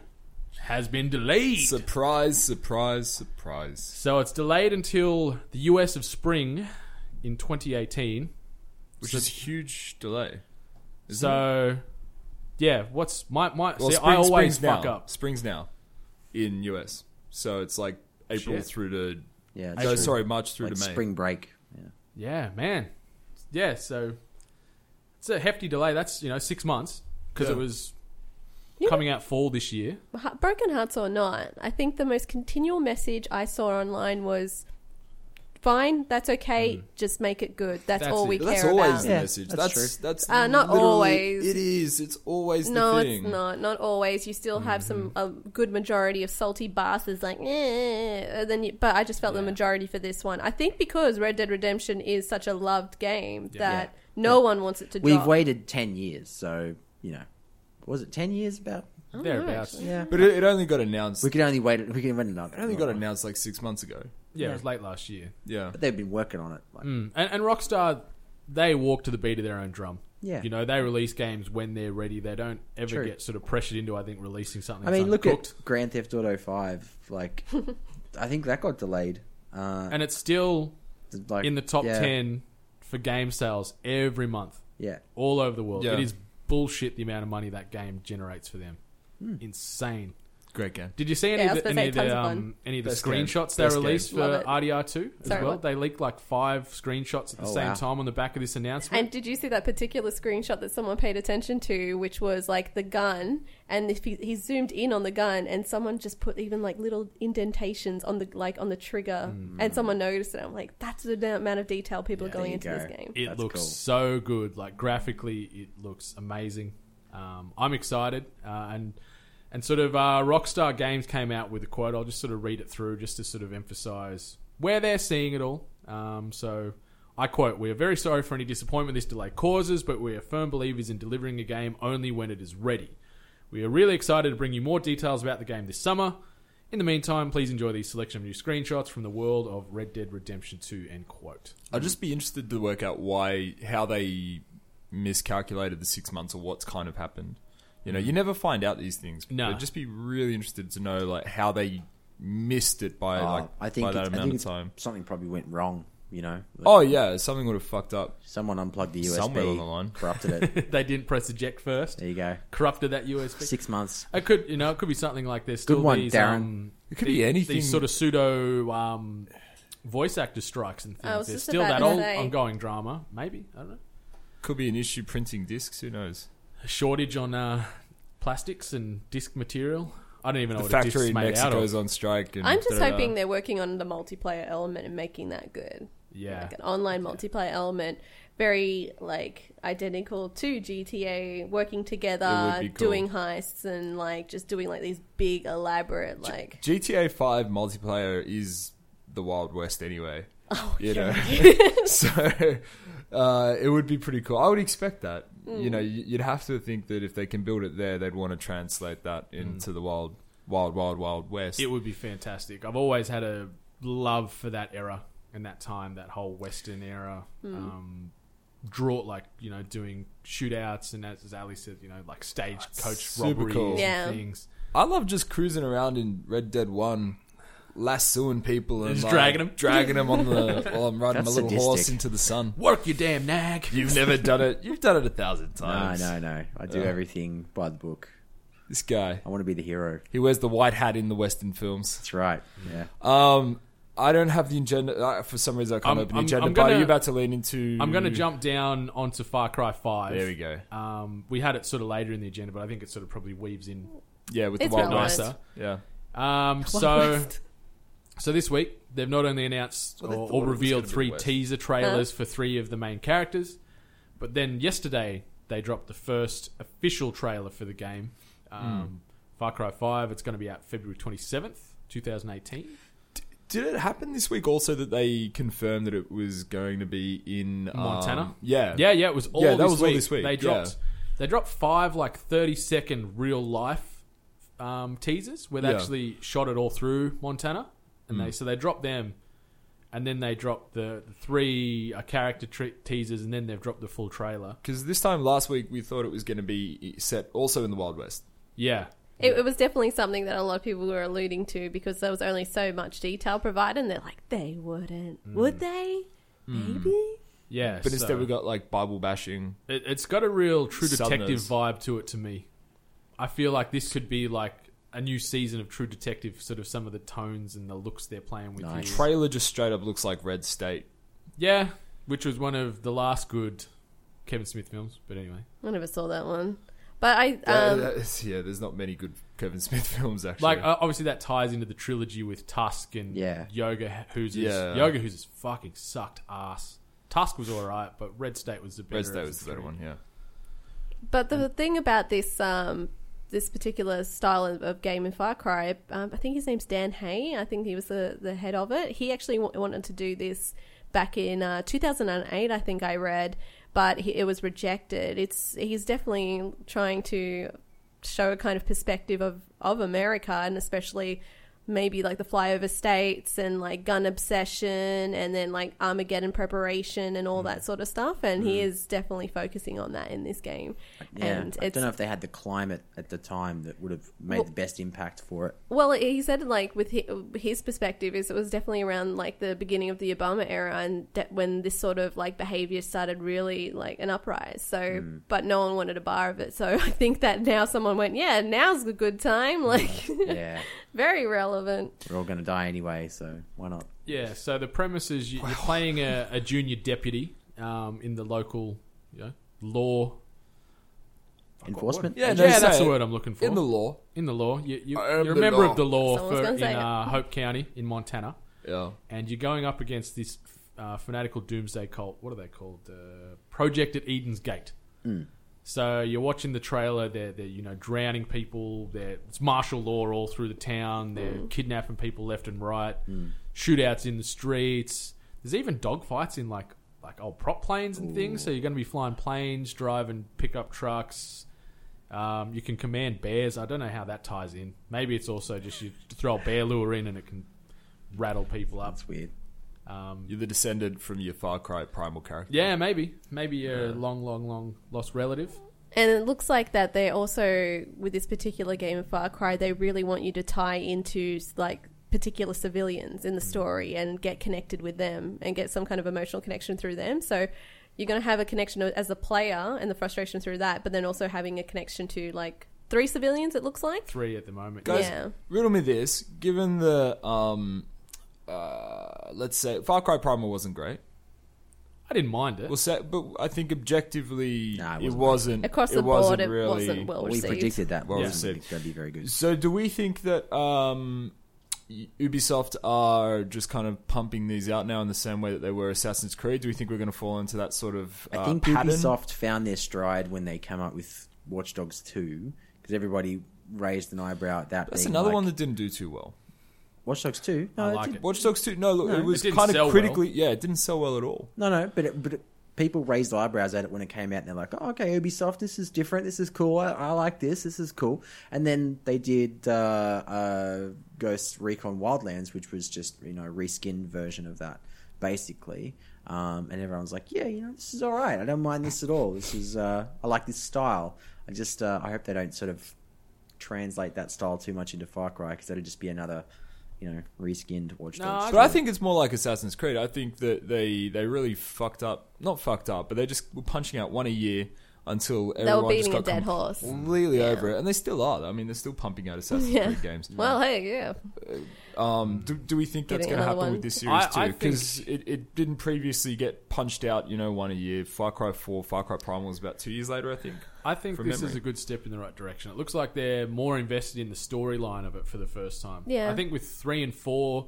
G: has been delayed.
J: Surprise, surprise, surprise.
G: So it's delayed until the US of spring in 2018.
J: Which is huge delay.
G: So, yeah, what's my my?
J: Well,
G: see,
J: spring,
G: I always
J: spring's
G: fuck
J: now.
G: up.
J: Spring's now in US. So it's like April
G: Shit.
J: through to
H: Yeah.
J: no,
H: true.
J: Oh, sorry, March through
H: Like
J: to May.
H: spring break. Yeah.
G: Yeah, man. Yeah, so it's a hefty delay. That's you know six months because
J: Yeah.
G: it was
I: Yeah.
G: coming out fall this year.
I: Ha- Broken hearts or not, I think the most continual message I saw online was, "Fine, that's okay. Just make it good. That's,
G: That's
I: all
G: it.
I: we
J: Mm. That's
I: care
J: always
I: about."
J: the
H: Yeah,
J: message.
H: that's
J: That's
H: true.
J: that's
I: Uh, not
J: literally-
I: always.
J: It is. It's always
I: No,
J: the thing.
I: it's not. Not always. You still have some a good majority of salty bastards like, eh, and then. You, but I just felt the majority for this one. I think because Red Dead Redemption is such a loved game that no one wants it to
H: We've
I: drop.
H: waited ten years, so you know, was it ten years? About
G: Thereabouts. Yeah.
H: yeah.
J: But it, it only got announced.
H: We could only wait. We could wait another.
J: it only got announced like six months ago.
G: it was late last year.
J: Yeah.
H: But they've been working on it. Like,
G: Mm. And, and Rockstar, they walk to the beat of their own drum.
H: Yeah.
G: you know they release games when they're ready. They don't ever
H: True.
G: get sort of pressured into. I think releasing something.
H: I mean,
G: that's
H: look
G: uncooked.
H: at Grand Theft Auto Five. Like, I think that got delayed. Uh,
G: and it's still
H: like
G: in the top
H: yeah,
G: 10 for game sales every month
H: Yeah,
G: all over the world
J: Yeah.
G: it is bullshit the amount of money that game generates for them insane
J: Great game.
G: did you see any
I: Hmm. Yeah, I
G: of
I: was
G: the,
I: gonna
G: any of
I: say tons
G: the,
I: of
G: um, any of the
J: Best game.
G: screenshots
J: Best
G: they
J: game.
G: released
I: Love
G: for
I: it.
G: RDR2 as
I: Sorry,
G: well
I: what?
G: they leaked like five screenshots at the
H: Oh,
G: same
H: wow.
G: time on the back of this announcement
I: And did you see that particular screenshot that someone paid attention to, which was like the gun, and if he, he zoomed in on the gun, and someone just put even like little indentations on the like on the trigger, and someone noticed it. I'm like, that's the amount of detail people are
H: there
I: going
H: you
I: into
H: go.
I: this game.
G: it
H: That's
G: looks
H: cool.
G: so good. Like graphically, it looks amazing. Um, I'm excited, uh, and and sort of uh, Rockstar Games came out with a quote. I'll just sort of read it through just to sort of emphasize where they're seeing it all. Um, so I quote: "We are very sorry for any disappointment this delay causes, but we are firm believers in delivering a game only when it is ready. We are really excited to bring you more details about the game this summer." In the meantime, please enjoy these selection of new screenshots from the world of Red Dead Redemption 2, end quote.
J: I'd just be interested to work out why, how they miscalculated the six months or what's kind of happened. You know,
G: Mm.
J: you never find out these things.
G: No.
J: I'd just be really interested to know like how they missed it by
H: Uh,
J: like
H: I think
J: by that
H: it's- I
J: amount
H: think
J: of
H: it's-
J: time.
H: something probably went wrong. You know, Like,
J: Oh yeah, something would have fucked up.
H: someone unplugged the USB,
J: Somewhere on the line.
H: corrupted it.
G: they didn't press eject first.
H: There you go.
G: Corrupted that USB.
H: Six months.
G: It could, you know, it could be something like this. Still
H: one,
G: these,
H: Darren.
G: Um,
J: It could be anything.
G: These sort of pseudo um, voice actor strikes and things.
I: Oh, I was
G: There's
I: just
G: still that
I: about to
G: old
I: say.
G: ongoing drama. Maybe I don't know.
J: could be an issue printing discs. Who knows?
G: A shortage on uh, plastics and disc material. I don't even know
J: The
G: what a disc's
J: factory in
G: made out
J: Mexico
G: of.
J: is on strike. And
I: I'm just
J: da-da-da.
I: hoping they're working on the multiplayer element and making that good.
G: Yeah.
I: Like an online multiplayer element, very like identical to GTA, working together,
J: It would be cool.
I: doing heists and like just doing like these big elaborate like
J: GTA Five multiplayer is the Wild West anyway. Oh, you know? so uh, it would be pretty cool. I would expect that. You
I: Mm.
J: know, y- you'd have to think that if they can build it there, they'd want to translate that into the wild, wild, wild, wild West.
G: It would be fantastic. I've always had a love for that era and that time, that whole Western era. Um, draw like you know doing shootouts and as, as Ali said, you know like stagecoach
J: super
G: robberies
J: cool.
G: and
I: Yeah.
G: things.
J: I love just cruising around in Red Dead One. Lassoing people and
G: Just
J: like,
G: dragging 'em.
J: dragging 'em on the while I'm riding
H: That's
J: my little horse
H: sadistic.
J: into the sun.
G: Work your damn nag.
J: You've never done it. You've done it a thousand
H: No,
J: times.
H: no, no. I do everything by the book.
J: This guy,
H: I want to be the hero.
J: he wears the white hat in the Western films.
H: That's right. Yeah.
J: Um, I don't have the agenda. Uh, for some reason, I can't
G: I'm-
J: open the
G: I'm-
J: agenda.
G: I'm
J: but are
G: gonna-
J: you about to lean into?
G: I'm going to jump down onto Far Cry 5.
J: There we go.
G: Um, we had it sort of later in the agenda, but I think it sort of probably weaves in
J: Yeah, with
I: It's
J: the wild
I: relevant.
J: nicer.
G: nicer.
J: Yeah.
G: Um, so, so this week they've not only announced
J: they
G: or,
J: thought it
G: or
J: was
G: revealed
J: gonna be
G: three
J: worse.
G: teaser trailers for three of the main characters, but then yesterday they dropped the first official trailer for the game,
J: Hmm.
G: um, Far Cry 5. It's going to be out February 27th, 2018.
J: Did it happen this week also that they confirmed that it was going to be in um,
G: Montana?
J: yeah.
G: Yeah, yeah, it was all
J: Um, Yeah, that
G: this
J: was all
G: week.
J: this week,
G: They dropped. They dropped five like thirty second real life um, teasers where they
J: Yeah. Hmm.
G: actually shot it all through Montana, and they so they dropped them, and then they dropped the, the three uh, character tre- teasers, and then they've dropped the full trailer.
J: Because this time last week we thought it was going to be set also in the Wild West.
G: Yeah,
I: It, it was definitely something that a lot of people were alluding to because there was only so much detail provided, and they're like, they wouldn't,
J: Mm.
I: would they? Maybe.
G: yeah.
J: But instead
G: so-
J: we got like Bible bashing.
G: It, it's got a real True Detective
J: Southerners.
G: vibe to it to me. I feel like this could be like a new season of True Detective, sort of some of the tones and the looks they're playing with.
H: Nice.
G: here.
J: Trailer just straight up looks like Red State.
G: Yeah, which was one of the last good Kevin Smith films. But anyway,
I: I never saw that one. But I.
J: Uh,
I: Um,
J: that is- yeah, there's not many good Kevin Smith films actually.
G: like uh, obviously that ties into the trilogy with Tusk and
H: Yeah.
G: Yoga Who's
J: Yeah.
G: Yoga Who's fucking sucked ass. Tusk was all right, but Red State was the better.
J: Red
G: of
J: State was the better
G: three.
J: one. Yeah.
I: But the thing about this um, this particular style of, of game in Far Cry, um, I think his name's Dan Hay. I think he was the, the head of it. He actually w- wanted to do this back in uh, 2008, I think I read, but he, it was rejected. It's he's definitely trying to show a kind of perspective of of America and especially maybe like the flyover states and like gun obsession and then like Armageddon preparation and all
H: Hmm.
I: that sort of stuff and he is definitely focusing on that in this game
H: Yeah,
I: and
H: I
I: it's
H: don't know if they had the climate at the time that would have made the best impact for it.
I: well he said like with hi- his perspective is it was definitely around like the beginning of the Obama era and de- when this sort of like behavior started really like an uprise so but no one wanted a bar of it so I think that now someone went yeah now's the good time like
H: Yeah,
I: very relevant
H: we're all going to die anyway, so why not?
G: Yeah, so the premise is you, you're playing a, a junior deputy um, in the local you know, law.
H: Enforcement.
J: Yeah,
G: yeah, that's
J: say
G: the
J: it.
G: word I'm looking for.
J: in the law.
G: in the law. You, you,
J: I am
G: you're a
J: the
G: member
J: law.
G: of the law
I: Someone's
G: for,
I: gonna
G: in
I: say it.
G: uh, Hope County in Montana,
J: Yeah.
G: and you're going up against this uh, fanatical doomsday cult. What are they called? Uh, Project at Eden's Gate. So you're watching the trailer. They're, they're you know drowning people. They're, it's martial law all through the town. They're kidnapping people left and right. Shootouts in the streets. There's even dogfights in like like old prop planes and things. So you're going to be flying planes, driving pickup trucks. Um, you can command bears. I don't know how that ties in. Maybe it's also just you throw a bear lure in and it can rattle people up.
H: That's weird.
J: You're the descendant from your Far Cry primal character.
G: Yeah, maybe. Maybe you're a long, long, long lost relative.
I: And it looks like that they also, with this particular game of Far Cry, they really want you to tie into like particular civilians
J: Mm.
I: in the story and get connected with them and get some kind of emotional connection through them. So you're going to have a connection as a player and the frustration through that, but then also having a connection to like three civilians. It looks like.
G: Three at the moment.
J: Guys,
I: Yeah.
J: riddle me this: given the um, uh, let's say Far Cry Primal wasn't great.
G: I didn't mind it.
J: Well, sa- but I think objectively
H: Nah,
J: it
H: it wasn't
J: wasn't.
I: Across
J: it
I: the board,
J: wasn't
I: it
J: really-
I: wasn't well
H: we
I: received.
H: predicted that.
J: Well
H: Yeah.
J: received.
H: It's going to be very good.
J: So, do we think that um, U- Ubisoft are just kind of pumping these out now in the same way that they were Assassin's Creed? Do we think we're going to fall into that sort of? Uh,
H: I think
J: pattern?
H: Ubisoft found their stride when they came up with Watch Dogs 2 because everybody raised an eyebrow at that.
J: That's
H: being
J: another
H: like,
J: one that didn't do too well.
H: Watch Dogs 2? No,
G: I
H: it
G: like
H: did-
G: it.
J: Watch Dogs 2, no, look, it was
G: didn't
J: kind of
G: sell well.
J: critically, yeah, it didn't sell well at all.
H: No, no, but it, but it, people raised eyebrows at it when it came out, and they're like, oh, "Okay, Ubisoft, this is different. This is cool. I, I like this. This is cool." And then they did uh, uh, Ghost Recon Wildlands, which was just you know reskinned version of that, basically. Um, and everyone's like, "Yeah, you know, this is all right. I don't mind this at all. This is uh, I like this style. I just uh, I hope they don't sort of translate that style too much into Far Cry because that'd just be another." You know, reskinned Watch
G: No,
H: Dogs.
G: I
J: But I think it's more like Assassin's Creed. I think that they, they really fucked up, not fucked up, but they just were punching out one a year until
I: They
J: everyone
I: were
J: just
I: beating
J: got
I: a dead horse.
J: completely over it. And they still are. I mean, they're still pumping out Assassin's
I: Yeah.
J: Creed games.
I: Well, hey, yeah.
J: Um, do, do we think that's going
I: Giving
J: to happen
I: another one.
J: with this series
G: I- I
J: too? Because it, it didn't previously get punched out, you know, one a year. Far Cry 4, Far Cry Primal was about two years later, I think.
G: I think
J: from
G: this is
J: memory.
G: a good step in the right direction. It looks like they're more invested in the storyline of it for the first time.
I: Yeah.
G: I think with three and four,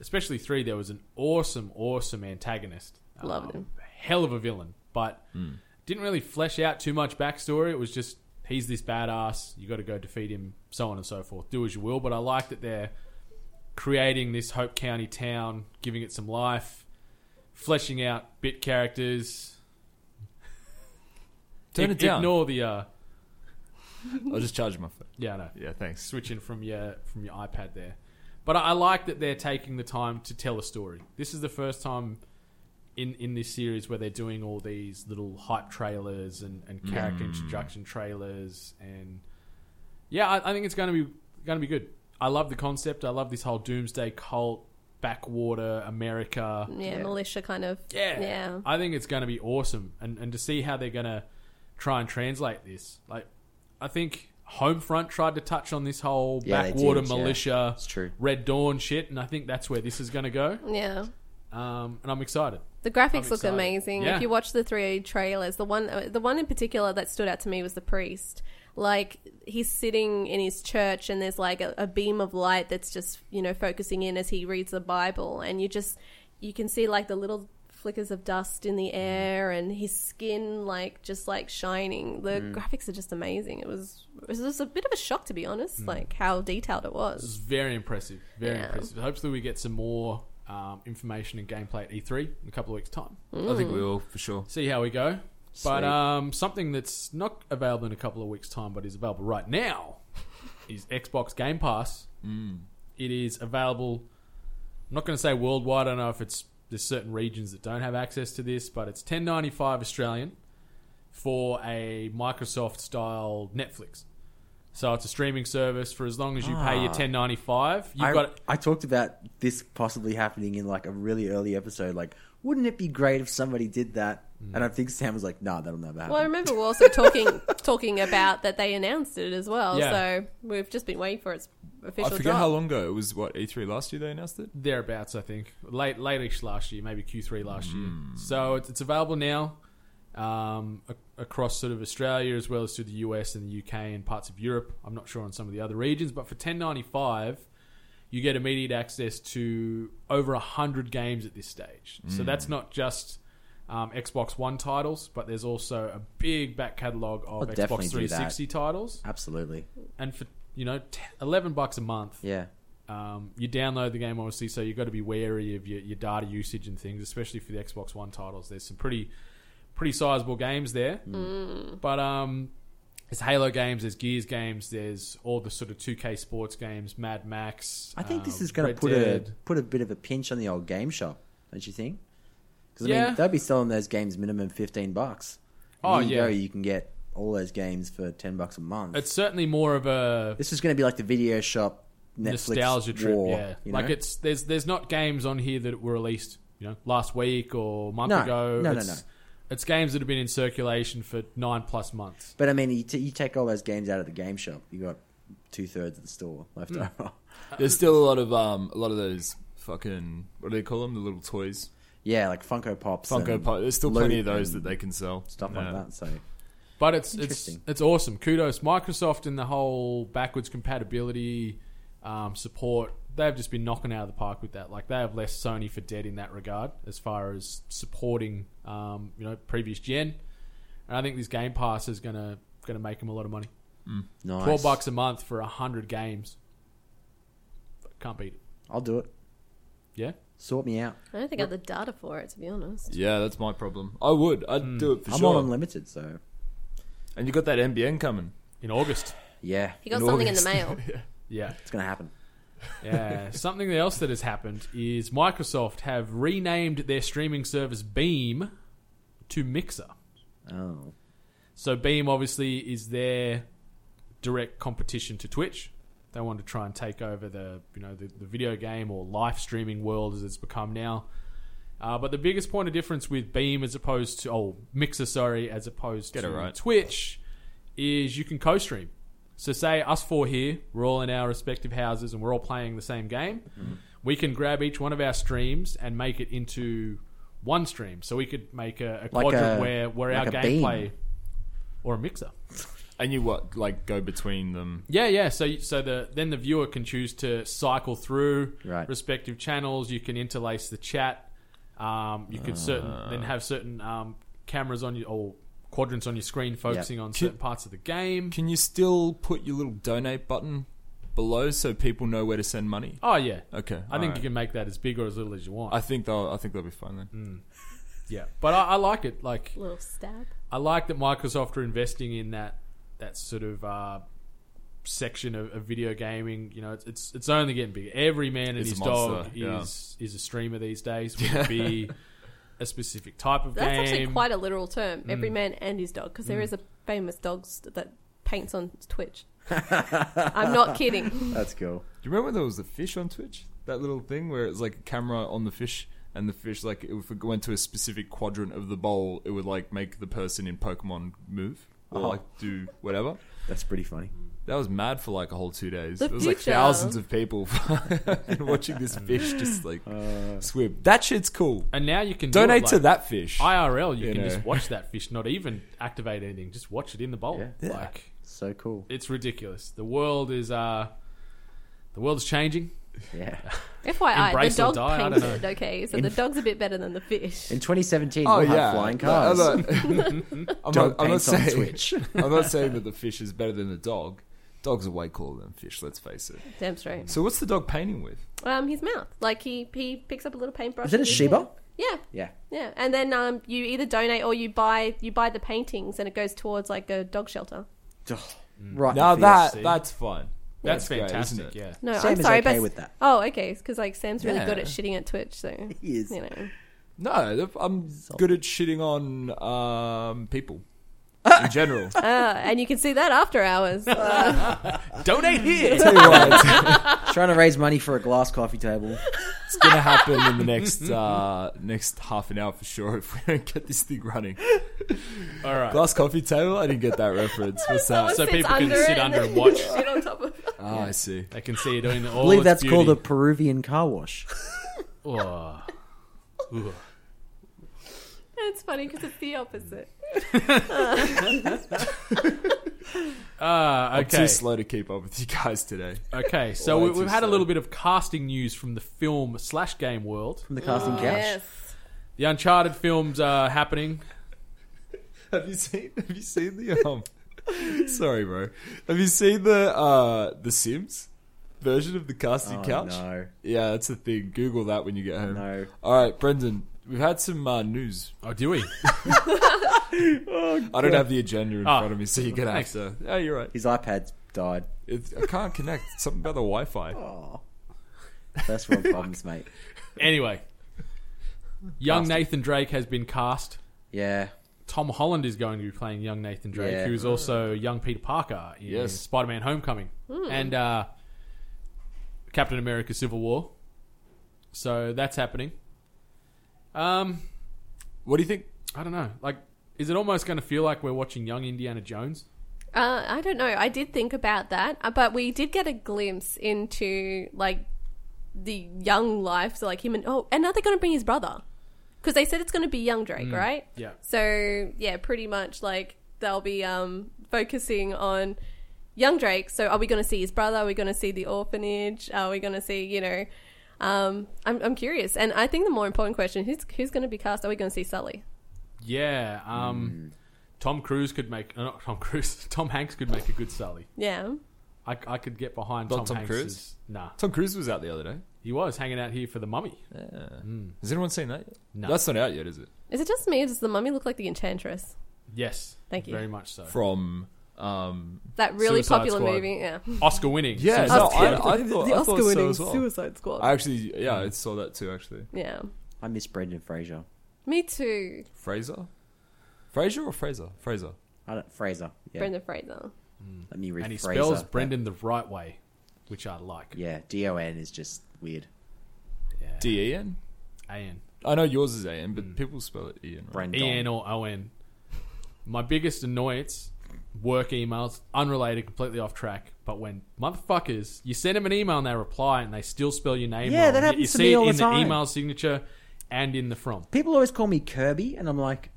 G: especially three, there was an awesome, awesome antagonist. Um,
I: Loved him.
G: Hell of a villain, but didn't really flesh out too much backstory. It was just he's this badass. You got to go defeat him, so on and so forth. Do as you will. But I like that they're creating this Hope County town, giving it some life, fleshing out bit characters.
J: Turn
G: I-
J: it down.
G: Ignore the. Uh,
J: I'll just charge my phone.
G: yeah, I know.
J: Yeah, thanks.
G: switching from your from your iPad there. But I, I like that they're taking the time to tell a story. This is the first time in in this series where they're doing all these little hype trailers and, and character introduction trailers and yeah, I, I think it's going to be going to be good. I love the concept. I love this whole doomsday cult, backwater America.
I: Yeah, militia kind of.
G: Yeah.
I: Yeah.
G: I think it's going to be awesome. And, and to see how they're going to try and translate this. Like, I think Homefront tried to touch on this whole
H: Yeah, they
G: backwater
H: did, yeah.
G: militia,
H: It's true.
G: Red Dawn shit. And I think that's where this is going to go.
I: Yeah.
G: Um, and I'm excited.
I: The graphics
G: I'm
I: look
G: excited.
I: amazing.
G: Yeah.
I: If you watch the three trailers, the one uh, the one in particular that stood out to me was the priest. Like he's sitting in his church and there's like a, a beam of light that's just, you know, focusing in as he reads the Bible and you just you can see like the little flickers of dust in
G: Mm.
I: the air and his skin like just like shining. The
G: Mm.
I: graphics are just amazing. It was it was just a bit of a shock to be honest,
G: Mm.
I: like how detailed it
G: It's
I: was.
G: very impressive. Very
I: Yeah.
G: impressive. Hopefully, we get some more um, information and gameplay at E3 in a couple of weeks' time.
J: I
I: Mm.
J: think we will for sure.
G: See how we go. But
H: Sweet.
G: um, something that's not available in a couple of weeks' time, but is available right now, is Xbox Game Pass.
H: Hmm.
G: It is available. I'm not going to say worldwide. I don't know if it's there's certain regions that don't have access to this, but it's 10.95 Australian for a Microsoft style Netflix. So it's a streaming service for as long as you pay your 10.95. You've
H: Ah. I,
G: got
H: I talked about this possibly happening in like a really early episode. Like, wouldn't it be great if somebody did that?
G: Mm.
H: And I think Sam was like, "Nah, that'll never happen."
I: Well, I remember we're also talking talking about that they announced it as well.
G: Yeah.
I: So we've just been waiting for its
J: I
I: official.
J: forget
I: drop.
J: how long ago it was. What E3 last year they announced it.
G: thereabouts, I think. Late, late-ish last year, maybe Q3 last year.
H: Hmm.
G: So it's, it's available now um, a- across sort of Australia as well as to the US and the UK and parts of Europe. I'm not sure on some of the other regions, but for 10.95, you get immediate access to over hundred games at this stage. So
H: Hmm.
G: that's not just. Um, Xbox One titles, but there's also a big back catalog of
H: I'll
G: Xbox
H: definitely do that.
G: 360 titles,
H: Absolutely.
G: and for you know, t- eleven bucks a month,
H: Yeah.
G: um, you download the game obviously, so you've got to be wary of your, your data usage and things, especially for the Xbox One titles. There's some pretty pretty sizable games there,
H: Mm.
G: but um, there's Halo games, there's Gears games, there's all the sort of 2K sports games, Mad Max.
H: I think this
G: um,
H: is going
G: Red
H: to put
G: Dead.
H: a put a bit of a pinch on the old game shop, don't you think? Because I
G: Yeah.
H: mean, they'll be selling those games minimum fifteen bucks. And
G: Oh,
H: there you
G: yeah.
H: go, you can get all those games for ten bucks a month.
G: It's certainly more of a
H: this is going to be like the video shop Netflix
G: nostalgia trip,
H: war,
G: yeah.
H: you
G: Like
H: know?
G: it's there's there's not games on here that were released, you know, last week or a month
H: No,
G: ago.
H: no, no,
G: it's, It's games that have been in circulation for nine plus months.
H: But I mean, you, t- you take all those games out of the game shop, you got two thirds of the store left
J: Hmm.
H: over.
J: There's still a lot of um a lot of those fucking what do they call them the little toys
H: yeah, like Funko Pops,
J: Funko
H: and
J: Pop. There's still
H: loot
J: plenty of those that
H: and
J: they can sell
H: stuff
J: Yeah.
H: like that. So
G: But it's it's
H: Interesting.
G: it's awesome. Kudos Microsoft and the whole backwards compatibility um, support. They've just been knocking out of the park with that. Like they have left Sony for dead in that regard, as far as supporting um, you know previous gen. And I think this Game Pass is gonna gonna make them a lot of money.
H: nice.
G: Twelve bucks a month for hundred games. Can't beat it.
H: I'll do it.
G: Yeah.
H: Sort me out.
I: I don't think I have the data for it, to be honest.
J: Yeah, that's my problem. I would. I'd do it for
H: I'm
J: sure.
H: on unlimited, so
J: and you got that NBN coming.
G: In August.
H: yeah,
I: He got
J: In
I: something
J: August.
I: in the mail.
G: Yeah.
H: it's gonna happen.
G: Yeah. Something else that has happened is Microsoft have renamed their streaming service Beam to Mixer.
H: Oh,
G: So Beam obviously is their direct competition to Twitch. They want to try and take over the you know the, the video game or live streaming world as it's become now. Uh, but the biggest point of difference with Beam as opposed to oh Mixer sorry as opposed
J: Get
G: to
J: it right.
G: Twitch is you can co-stream. So say us four here, we're all in our respective houses and we're all playing the same game.
J: Mm-hmm.
G: We can grab each one of our streams and make it into one stream. So we could make a, a
H: Like
G: quadrant
H: a-
G: where where
H: like
G: our
H: a beam.
G: gameplay or a mixer.
J: And you what? Like go between them.
G: Yeah, yeah. So so the then the viewer can choose to cycle through
H: Right.
G: respective channels. You can interlace the chat. Um, you could
H: Ah.
G: certain then have certain um, cameras on your or quadrants on your screen focusing on certain parts of the game.
J: Can you still put your little donate button below so people know where to send money?
G: Oh yeah.
J: Okay,
G: I think
J: alright.
G: you can make that as big or as little as you want.
J: I think they'll. I think they'll be fine then.
G: yeah. But I, I like it. Like
I: Little stab.
G: I like that Microsoft are investing in that that sort of uh, section of, of video gaming. You know, it's, it's it's only getting bigger. Every man and
J: It's a
G: his
J: monster,
G: dog
J: yeah.
G: is is a streamer these days. Would it be a specific type of
I: That's
G: game. Mm.
I: actually quite a literal term. Every man and his dog, because there is a famous dog st- that paints on Twitch. I'm not kidding.
H: That's cool.
J: Do you remember when there was the fish on Twitch? That little thing where it's like a camera on the fish, and the fish, like, if it went to a specific quadrant of the bowl, it would, like, make the person in Pokemon move or,
H: Oh.
J: like, do whatever.
H: That's pretty funny.
J: That was mad for, like, a whole two days.
I: The
J: There was, like,
I: future.
J: thousands of people watching this fish just, like,
H: Uh,
J: swim. That shit's cool.
G: and now you can do it
J: Donate to
G: like
J: that fish.
G: IRL. You,
J: you
G: can
J: know.
G: just watch that fish, not even activate anything. Just watch it in the bowl.
H: Yeah.
G: Like
H: So cool.
G: it's ridiculous. The world is uh, the world is changing.
H: Yeah.
I: FYI,
G: Embrace
I: the
G: or
I: dog
G: die, I
I: paints
G: don't
I: it. Okay, so
H: In-
I: the dog's a bit better than the fish.
H: In 2017, we'll have flying cars.
J: Oh, No, I'm not- I'm not, I'm
H: Dog
J: not
H: paints on
J: saying,
H: Twitch.
J: I'm not saying that the fish is better than the dog. Dogs are way cooler than fish, let's face it.
I: Damn straight.
J: So what's the dog painting with?
I: Um, his mouth, like he he picks up a little paintbrush.
H: Is it a
I: with his
H: Shiba?
I: hand. Yeah,
H: Yeah.
I: yeah. And then um, you either donate or you buy you buy the paintings, and it goes towards like a dog shelter.
H: Mm. Right.
J: Now
H: for
J: that
G: see.
J: that's fun.
G: That's,
J: great, isn't
G: fantastic.
J: it?
G: yeah.
I: No,
H: Sam
I: I'm
H: is
I: sorry,
H: okay
I: but
H: with that.
I: Oh, okay, because like Sam's really good
J: Yeah.
I: at shitting at Twitch, so
H: He is.
I: you know.
J: No, th- I'm good at shitting on um, people in general.
I: Uh, and you can see that after hours.
G: Donate here.
J: Tell you what, it's,
H: Trying to raise money for a glass coffee table.
J: it's gonna happen in the next uh, next half an hour for sure if we don't get this thing running.
G: All right.
J: Glass coffee table. I didn't get that reference. What's that?
G: So
I: Sits
G: people can
I: it
G: sit
I: and
G: under
I: then
G: and watch.
I: shit on top of it.
J: Ah, I see.
G: They can see you doing all.
H: I believe
G: its
H: that's
G: beauty.
H: called a Peruvian car wash.
G: Oh. Ooh.
I: It's funny because it's the opposite.
G: Ah,
J: I'm
G: okay.
J: too slow to keep up with you guys today.
G: Okay, so
J: Way
G: we,
J: too
G: we've had a
J: slow.
G: little bit of casting news from the film slash game world.
H: From the casting
I: Oh.
H: couch.
G: The Uncharted films are happening.
J: Have you seen? Have you seen the um? sorry, bro. Have you seen the uh the Sims version of the casting
H: Oh,
J: couch?
H: no.
J: Yeah, that's the thing. Google that when you get home.
H: No.
J: All right, Brendan. We've had some uh, news.
G: Oh, do we?
J: I don't have the agenda in
G: Ah.
J: front of me, so you're gonna have
G: Thanks.
J: to. Yeah, Oh, you're right.
H: His iPad's died.
J: It's I can't connect. It's something about the Wi-Fi.
H: Oh. First world problems, mate.
G: anyway, young Nathan Drake has been cast.
H: Yeah.
G: Tom Holland is going to be playing young Nathan Drake,
H: Yeah.
G: who's also young Peter Parker in
J: Yes.
G: Spider-Man: Homecoming
I: Hmm.
G: and uh, Captain America: Civil War. So that's happening. Um,
J: What do you think?
G: I don't know. Like, is it almost going to feel like we're watching young Indiana Jones?
I: Uh, I don't know. I did think about that, uh, but we did get a glimpse into like the young life, so like him and oh, and now they're going to bring his brother because they said it's going to be young Drake, right?
G: Yeah.
I: So yeah, pretty much like they'll be um focusing on young Drake. So are we going to see his brother? Are we going to see the orphanage? Are we going to see you know? Um, I'm I'm curious, and I think the more important question who's who's going to be cast? Are we going to see Sully?
G: Yeah.
J: Hmm.
G: Um, Tom Cruise could make uh, not Tom Cruise. Tom Hanks could make a good Sally.
I: Yeah.
G: I, I could get behind
J: Not
G: Tom,
J: Tom
G: Hanks.
J: Cruise?
G: Nah,
J: Tom Cruise was out the other day.
G: he was hanging out here for the Mummy.
J: Has anyone seen that? Yet?
G: No.
J: that's not out yet, is it?
I: Is it just me? Or does the mummy look like the enchantress?
G: Yes.
I: Thank you.
G: Very much so.
J: From um,
I: That really
G: Suicide
I: popular
G: Squad.
I: movie, yeah.
G: Oscar winning.
J: yeah,
H: Oh,
G: So-
J: no, I, I thought,
I: the
J: I thought
I: Oscar winning
J: so as well.
I: Suicide Squad.
J: I actually, yeah, I saw that too. Actually,
I: yeah.
H: I miss Brendan Fraser.
I: Me too.
J: Fraser, Fraser or Fraser, Fraser.
H: I don't, Fraser. Yeah.
I: Brendan Fraser.
H: Let me read
G: and he
H: Fraser.
G: spells
H: That-
G: Brendan the right way, which I like.
H: Yeah. D O N is just weird.
G: Yeah.
J: D E N.
G: A-N.
J: I know yours is A N,
H: Hmm.
J: but people spell it Ian. Right?
H: Brendan.
G: E-N E or O-N. My biggest annoyance, work emails, unrelated, completely off track. But when motherfuckers, you send them an email and they reply and they still spell your name
H: Yeah,
G: wrong.
H: that
G: You- you
H: happens to
G: see
H: me
G: it
H: all the
G: in
H: time.
G: email signature and in the from.
H: People always call me Kirby, and I'm like,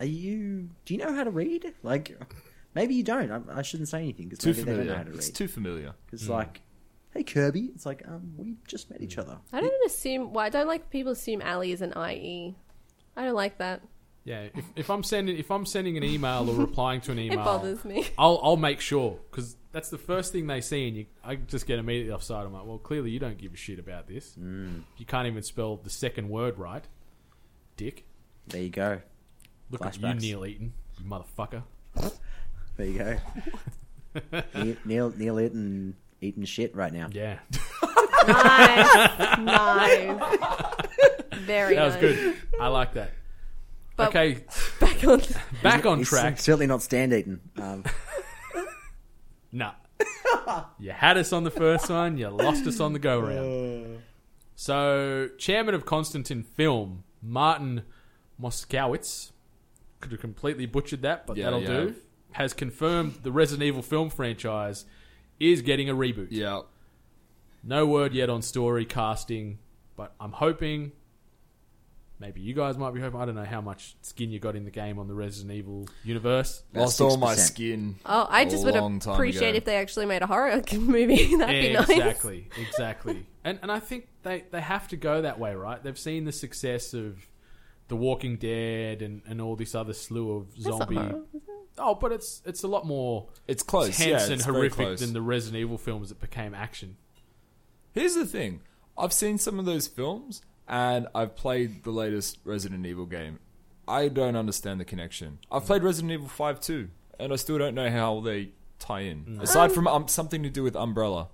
H: "Are you? Do you know how to read? Like, maybe you don't. I, I shouldn't say anything because
J: Too
H: maybe they don't know how
J: familiar.
H: to
J: It's
H: read.
J: too familiar.
H: It's like, hey Kirby. It's like, um, we just met each other.
I: I don't assume. Well, I don't like people assume Ali is an IE. I don't like that.
G: Yeah, if, if I'm sending if I'm sending an email or replying to an
I: It
G: email,
I: bothers me.
G: I'll I'll make sure because that's the first thing they see, and you, I just get immediately offside. I'm like, well, clearly you don't give a shit about this. You can't even spell the second word right, dick.
H: There you go.
G: Look at you,
H: Flashbacks.
G: Neil Eaton. you motherfucker.
H: There you go. Neil, Neil, Neil eating, eating shit right now.
G: Yeah,
I: Nice. nice. Very
G: that was
I: nice.
G: good. I like that.
I: But
G: Okay,
I: back on.
G: back on
H: He's
G: track.
H: certainly not stand eating. Um,
G: Nah. you had us on the first one, you lost us on the go round. So, chairman of Constantine Film, Martin Moskowitz, could have completely butchered that, but
J: Yeah,
G: that'll
J: yeah.
G: do, has confirmed the Resident Evil film franchise is getting a reboot.
J: Yeah.
G: No word yet on story casting, but I'm hoping. Maybe you guys might be hoping. I don't know how much skin you got in the game on the Resident Evil universe.
J: Lost all my
H: 6%.
J: skin.
I: Oh, I just
J: a
I: would
J: long time
I: appreciate
J: ago.
I: if they actually made a horror movie. That'd be nice.
G: exactly, exactly. And and I think they, they have to go that way, right? They've seen the success of The Walking Dead and, and all this other slew of
I: not
G: zombie.
I: horror,
G: Oh, but it's it's a lot more
J: It's close.
G: tense
J: yeah, it's
G: and
J: very
G: horrific
J: close.
G: than the Resident Evil films that became action.
J: Here's the thing. I've seen some of those films and I've played the latest Resident Evil game. I don't understand the connection. I've played Resident Evil 5 too, and I still don't know how they tie in. Aside from um, something to do with Umbrella.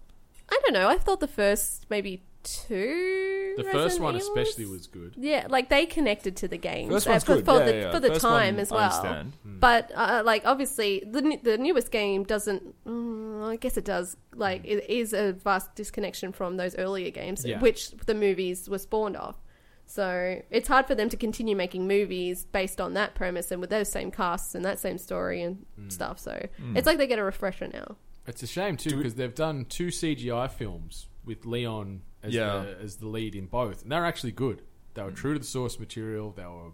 I: I don't know. I thought the first maybe two.
G: The
I: Resident
G: first one
I: Evils?
G: especially was good.
I: Yeah, like they connected to the games
J: First
I: uh,
J: one's
I: for,
J: good.
I: for
J: Yeah,
I: the
J: yeah, yeah.
I: for the
J: First
I: time
J: one,
I: as
J: I
I: well.
J: understand.
I: But uh, like obviously the n- the newest game doesn't. Mm, I guess it does. Like it is a vast disconnection from those earlier games,
G: Yeah.
I: which the movies were spawned off. So it's hard for them to continue making movies based on that premise and with those same casts and that same story and stuff. So it's like they get a refresher now.
G: It's a shame too because they've done two CGI films with Leon as,
J: Yeah.
G: the, as the lead in both, and they're actually good. They were true to the source material. They were a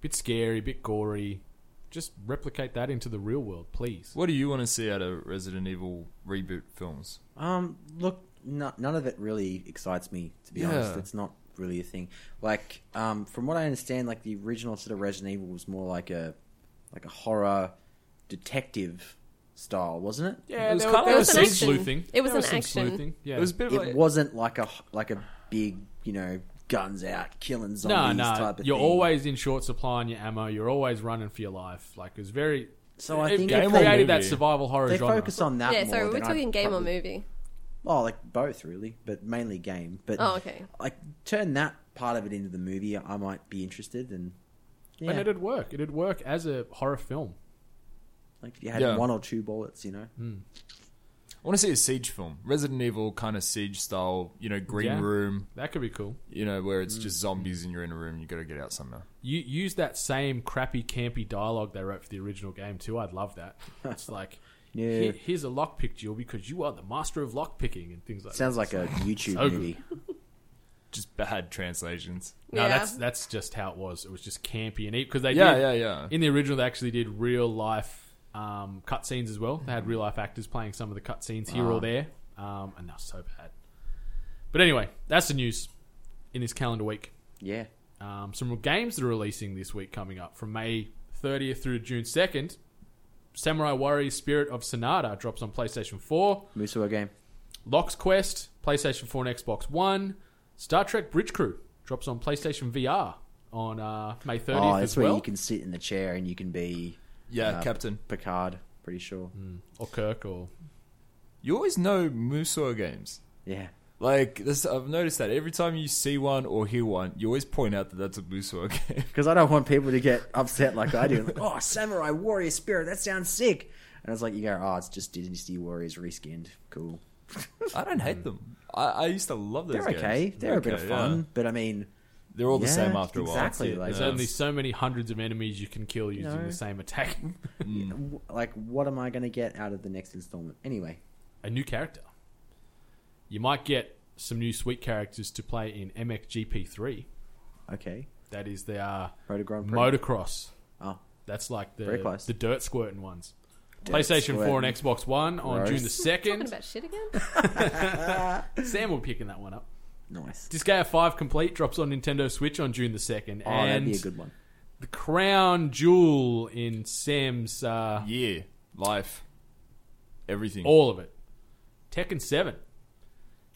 G: bit scary, a bit gory. Just replicate that into the real world, please.
J: What do you want to see out of Resident Evil reboot films?
H: um, look, no, none of it really excites me. To be honest,
J: Yeah.
H: it's not really a thing. Like, um, from what I understand, like the original sort of Resident Evil was more like a like a horror detective style, wasn't it?
G: Yeah,
J: It was
G: there,
J: kind
G: was,
J: of
G: there
J: like
G: was
J: a
G: some
J: action.
G: sleuthing.
I: It was
G: There
I: an
G: some
I: action.
G: sleuthing. Yeah.
J: It was a bit like
H: It wasn't like a like a big, you know, guns out killing
G: no,
H: zombies
G: no.
H: type of
G: You're
H: thing.
G: always in short supply on your ammo. You're always running for your life. Like it was very.
H: So I
G: it
H: think
G: it
H: if
G: created
J: movie.
G: that survival horror
H: they
G: genre.
H: focus on that.
I: yeah,
H: more
I: sorry, we're
H: than I'd
I: talking game
H: probably-
I: or movie.
H: Oh, like both really, but mainly game. But
I: Oh, okay.
H: like turn that part of it into the movie, I might be interested. And yeah,
G: And it'd work. It'd work as a horror film.
H: like if you had
J: Yeah. Mm.
H: one or two bullets, you know.
J: I want to see a siege film, Resident Evil kind of siege style. You know, green
G: Yeah.
J: room.
G: That could be cool.
J: You know, where it's just zombies and you're in a room. You got to get out somehow.
G: you use that same crappy campy dialogue they wrote for the original game too. I'd love that. It's like,
H: Yeah.
G: "Here- here's a lockpick duel because you are the master of lockpicking and things like
H: Sounds
G: that.
H: like a YouTube
G: So good.
H: movie.
J: Just bad translations.
G: No,
I: Yeah.
G: that's that's just how it was. It was just campy and because they
J: Yeah,
G: did,
J: yeah, yeah.
G: in the original they actually did real life um, cutscenes as well.
J: Mm-hmm.
G: They had real life actors playing some of the cutscenes here
J: Ah.
G: or there, um, and they're so bad. But anyway, that's the news in this calendar week.
H: Yeah,
G: Um, some games that are releasing this week coming up from May 30th through June 2nd. Samurai Warriors Spirit of Sonata drops on PlayStation 4.
H: Musou game.
G: Locks Quest, PlayStation 4 and Xbox One. Star Trek Bridge Crew drops on PlayStation VR on uh, May 30th
H: Oh,
G: as
H: that's where
G: well.
H: you can sit in the chair and you can be
J: Yeah,
H: uh,
J: Captain.
H: Picard. Pretty sure.
J: Mm.
G: Or Kirk or...
J: You always know Musou games.
H: Yeah.
J: Like this, I've noticed that every time you see one or hear one, you always point out that that's a Musou game.
H: Because I don't want people to get upset like I do. Like, oh, samurai warrior spirit, that sounds sick. And it's like you go, oh, it's just Dynasty Warriors reskinned. Cool.
J: I don't hate them. I, I used to love those.
H: They're
J: games.
H: okay. They're a bit of
J: Okay,
H: fun,
J: yeah.
H: but I mean,
J: They're all the
H: Yeah,
J: same after a while.
H: exactly,
J: That's it.
H: like-
G: There's
H: Yeah.
G: only so many hundreds of enemies you can kill using
H: No.
G: the same attack.
H: w- like, what am I going to get out of the next installment anyway?
G: a new character. You might get some new sweet characters to play in MXGP3.
H: Okay,
G: That is the uh,
H: Motor Grand Prix.
G: motocross.
H: Oh,
G: That's like the
H: Very close.
G: the dirt squirting ones.
H: Dirt
G: PlayStation 4 and
H: squirting.
G: Xbox One on
H: Gross.
G: June the
I: Talking
G: 2nd.
I: about shit again.
G: Sam will be picking that one up.
H: nice.
G: Disgaea 5 Complete drops on Nintendo Switch on June the 2nd.
H: Oh, that'd
G: and
H: be a good one.
G: the crown jewel in Sam's, uh,
J: Yeah, life, everything.
G: all of it, Tekken 7.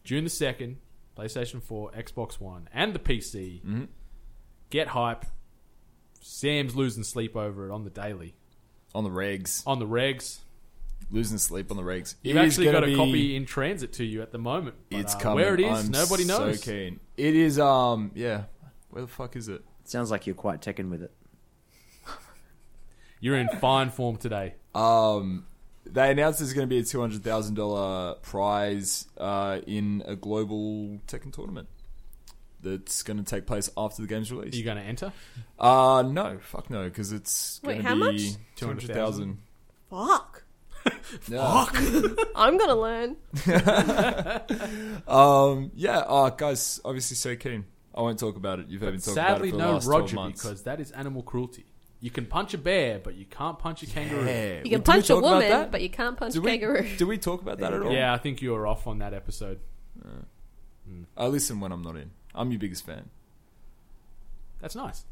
G: June the 2nd, PlayStation 4, Xbox One, and the
H: Mm-hmm.
G: PC. Get hype. Sam's losing sleep over it on the daily.
J: on the regs,
G: on the regs.
J: losing sleep on the regs.
G: You've
J: It is
G: actually got
J: gonna
G: a
J: be-
G: copy in transit to you at the moment. but,
J: It's
G: uh,
J: coming.
G: Where it is,
J: I'm
G: nobody knows.
J: So keen. It is. Um. Yeah. Where the fuck is it?
H: Sounds like you're quite taken with it.
G: You're in fine form today.
J: Um, they announced there's going to be a two hundred thousand dollar prize uh, in a global Tekken tournament that's going to take place after the game's
G: Are you
J: release.
G: going to enter?
J: Uh no, fuck no, because it's
I: Wait,
J: going
I: how
J: to
I: much?
J: be two hundred thousand.
I: Fuck.
J: Yeah.
I: I'm gonna learn.
J: Um, yeah. Uh, guys, obviously so keen. I won't talk about it. You've heard me talk
G: Sadly,
J: about it for the
G: no
J: last 12
G: Roger
J: months.
G: because that is animal cruelty. You can punch a bear, but you can't punch a kangaroo.
J: yeah,
I: You can
J: we- did we
I: punch a
J: talk about
I: woman,
J: that?
I: but you can't punch
J: Did
I: a
J: we,
I: kangaroo.
J: Did we talk about that at all?
G: Yeah, I think you were off on that episode.
J: I listen when I'm not in. I'm your biggest fan.
G: That's nice.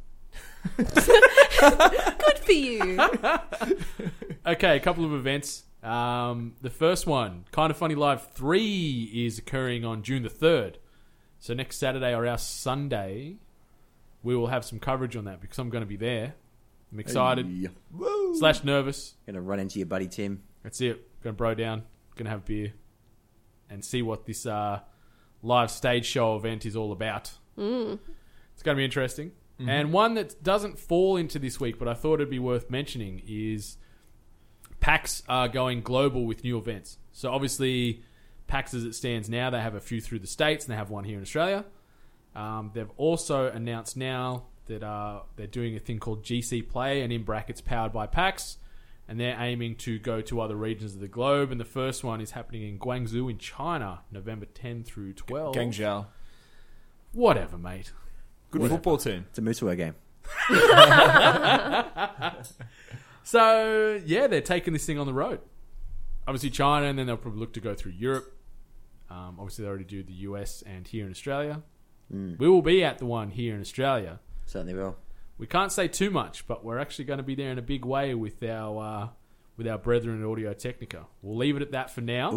I: Good for you.
G: Okay, a couple of events. Um, the first one, Kind of Funny Live 3, is occurring on June the 3rd. So next Saturday or our Sunday, we will have some coverage on that because I'm going to be there. I'm excited,
H: Yeah.
G: slash nervous.
H: Gonna run into your buddy Tim.
G: That's it. Going to bro down, going to have a beer, and see what this uh, live stage show event is all about. It's going to be interesting. And one that doesn't fall into this week, but I thought it'd be worth mentioning, is PAX are going global with new events. So obviously, PAX as it stands now, they have a few through the States and they have one here in Australia. Um, they've also announced now that uh, they're doing a thing called GC Play and in brackets powered by PAX. And they're aiming to go to other regions of the globe. And the first one is happening in Guangzhou in China, November 10 through 12.
J: Gang Zhao,
G: Whatever, mate.
J: good football team.
H: It's a Mutua game.
G: So yeah, they're taking this thing on the road. Obviously China, and then they'll probably look to go through Europe. Um, obviously, they already do the US and here in Australia.
J: Hmm.
G: We will be at the one here in Australia.
H: Certainly will.
G: We can't say too much, but we're actually going to be there in a big way with our uh, with our brethren at Audio Technica. We'll leave it at that for now.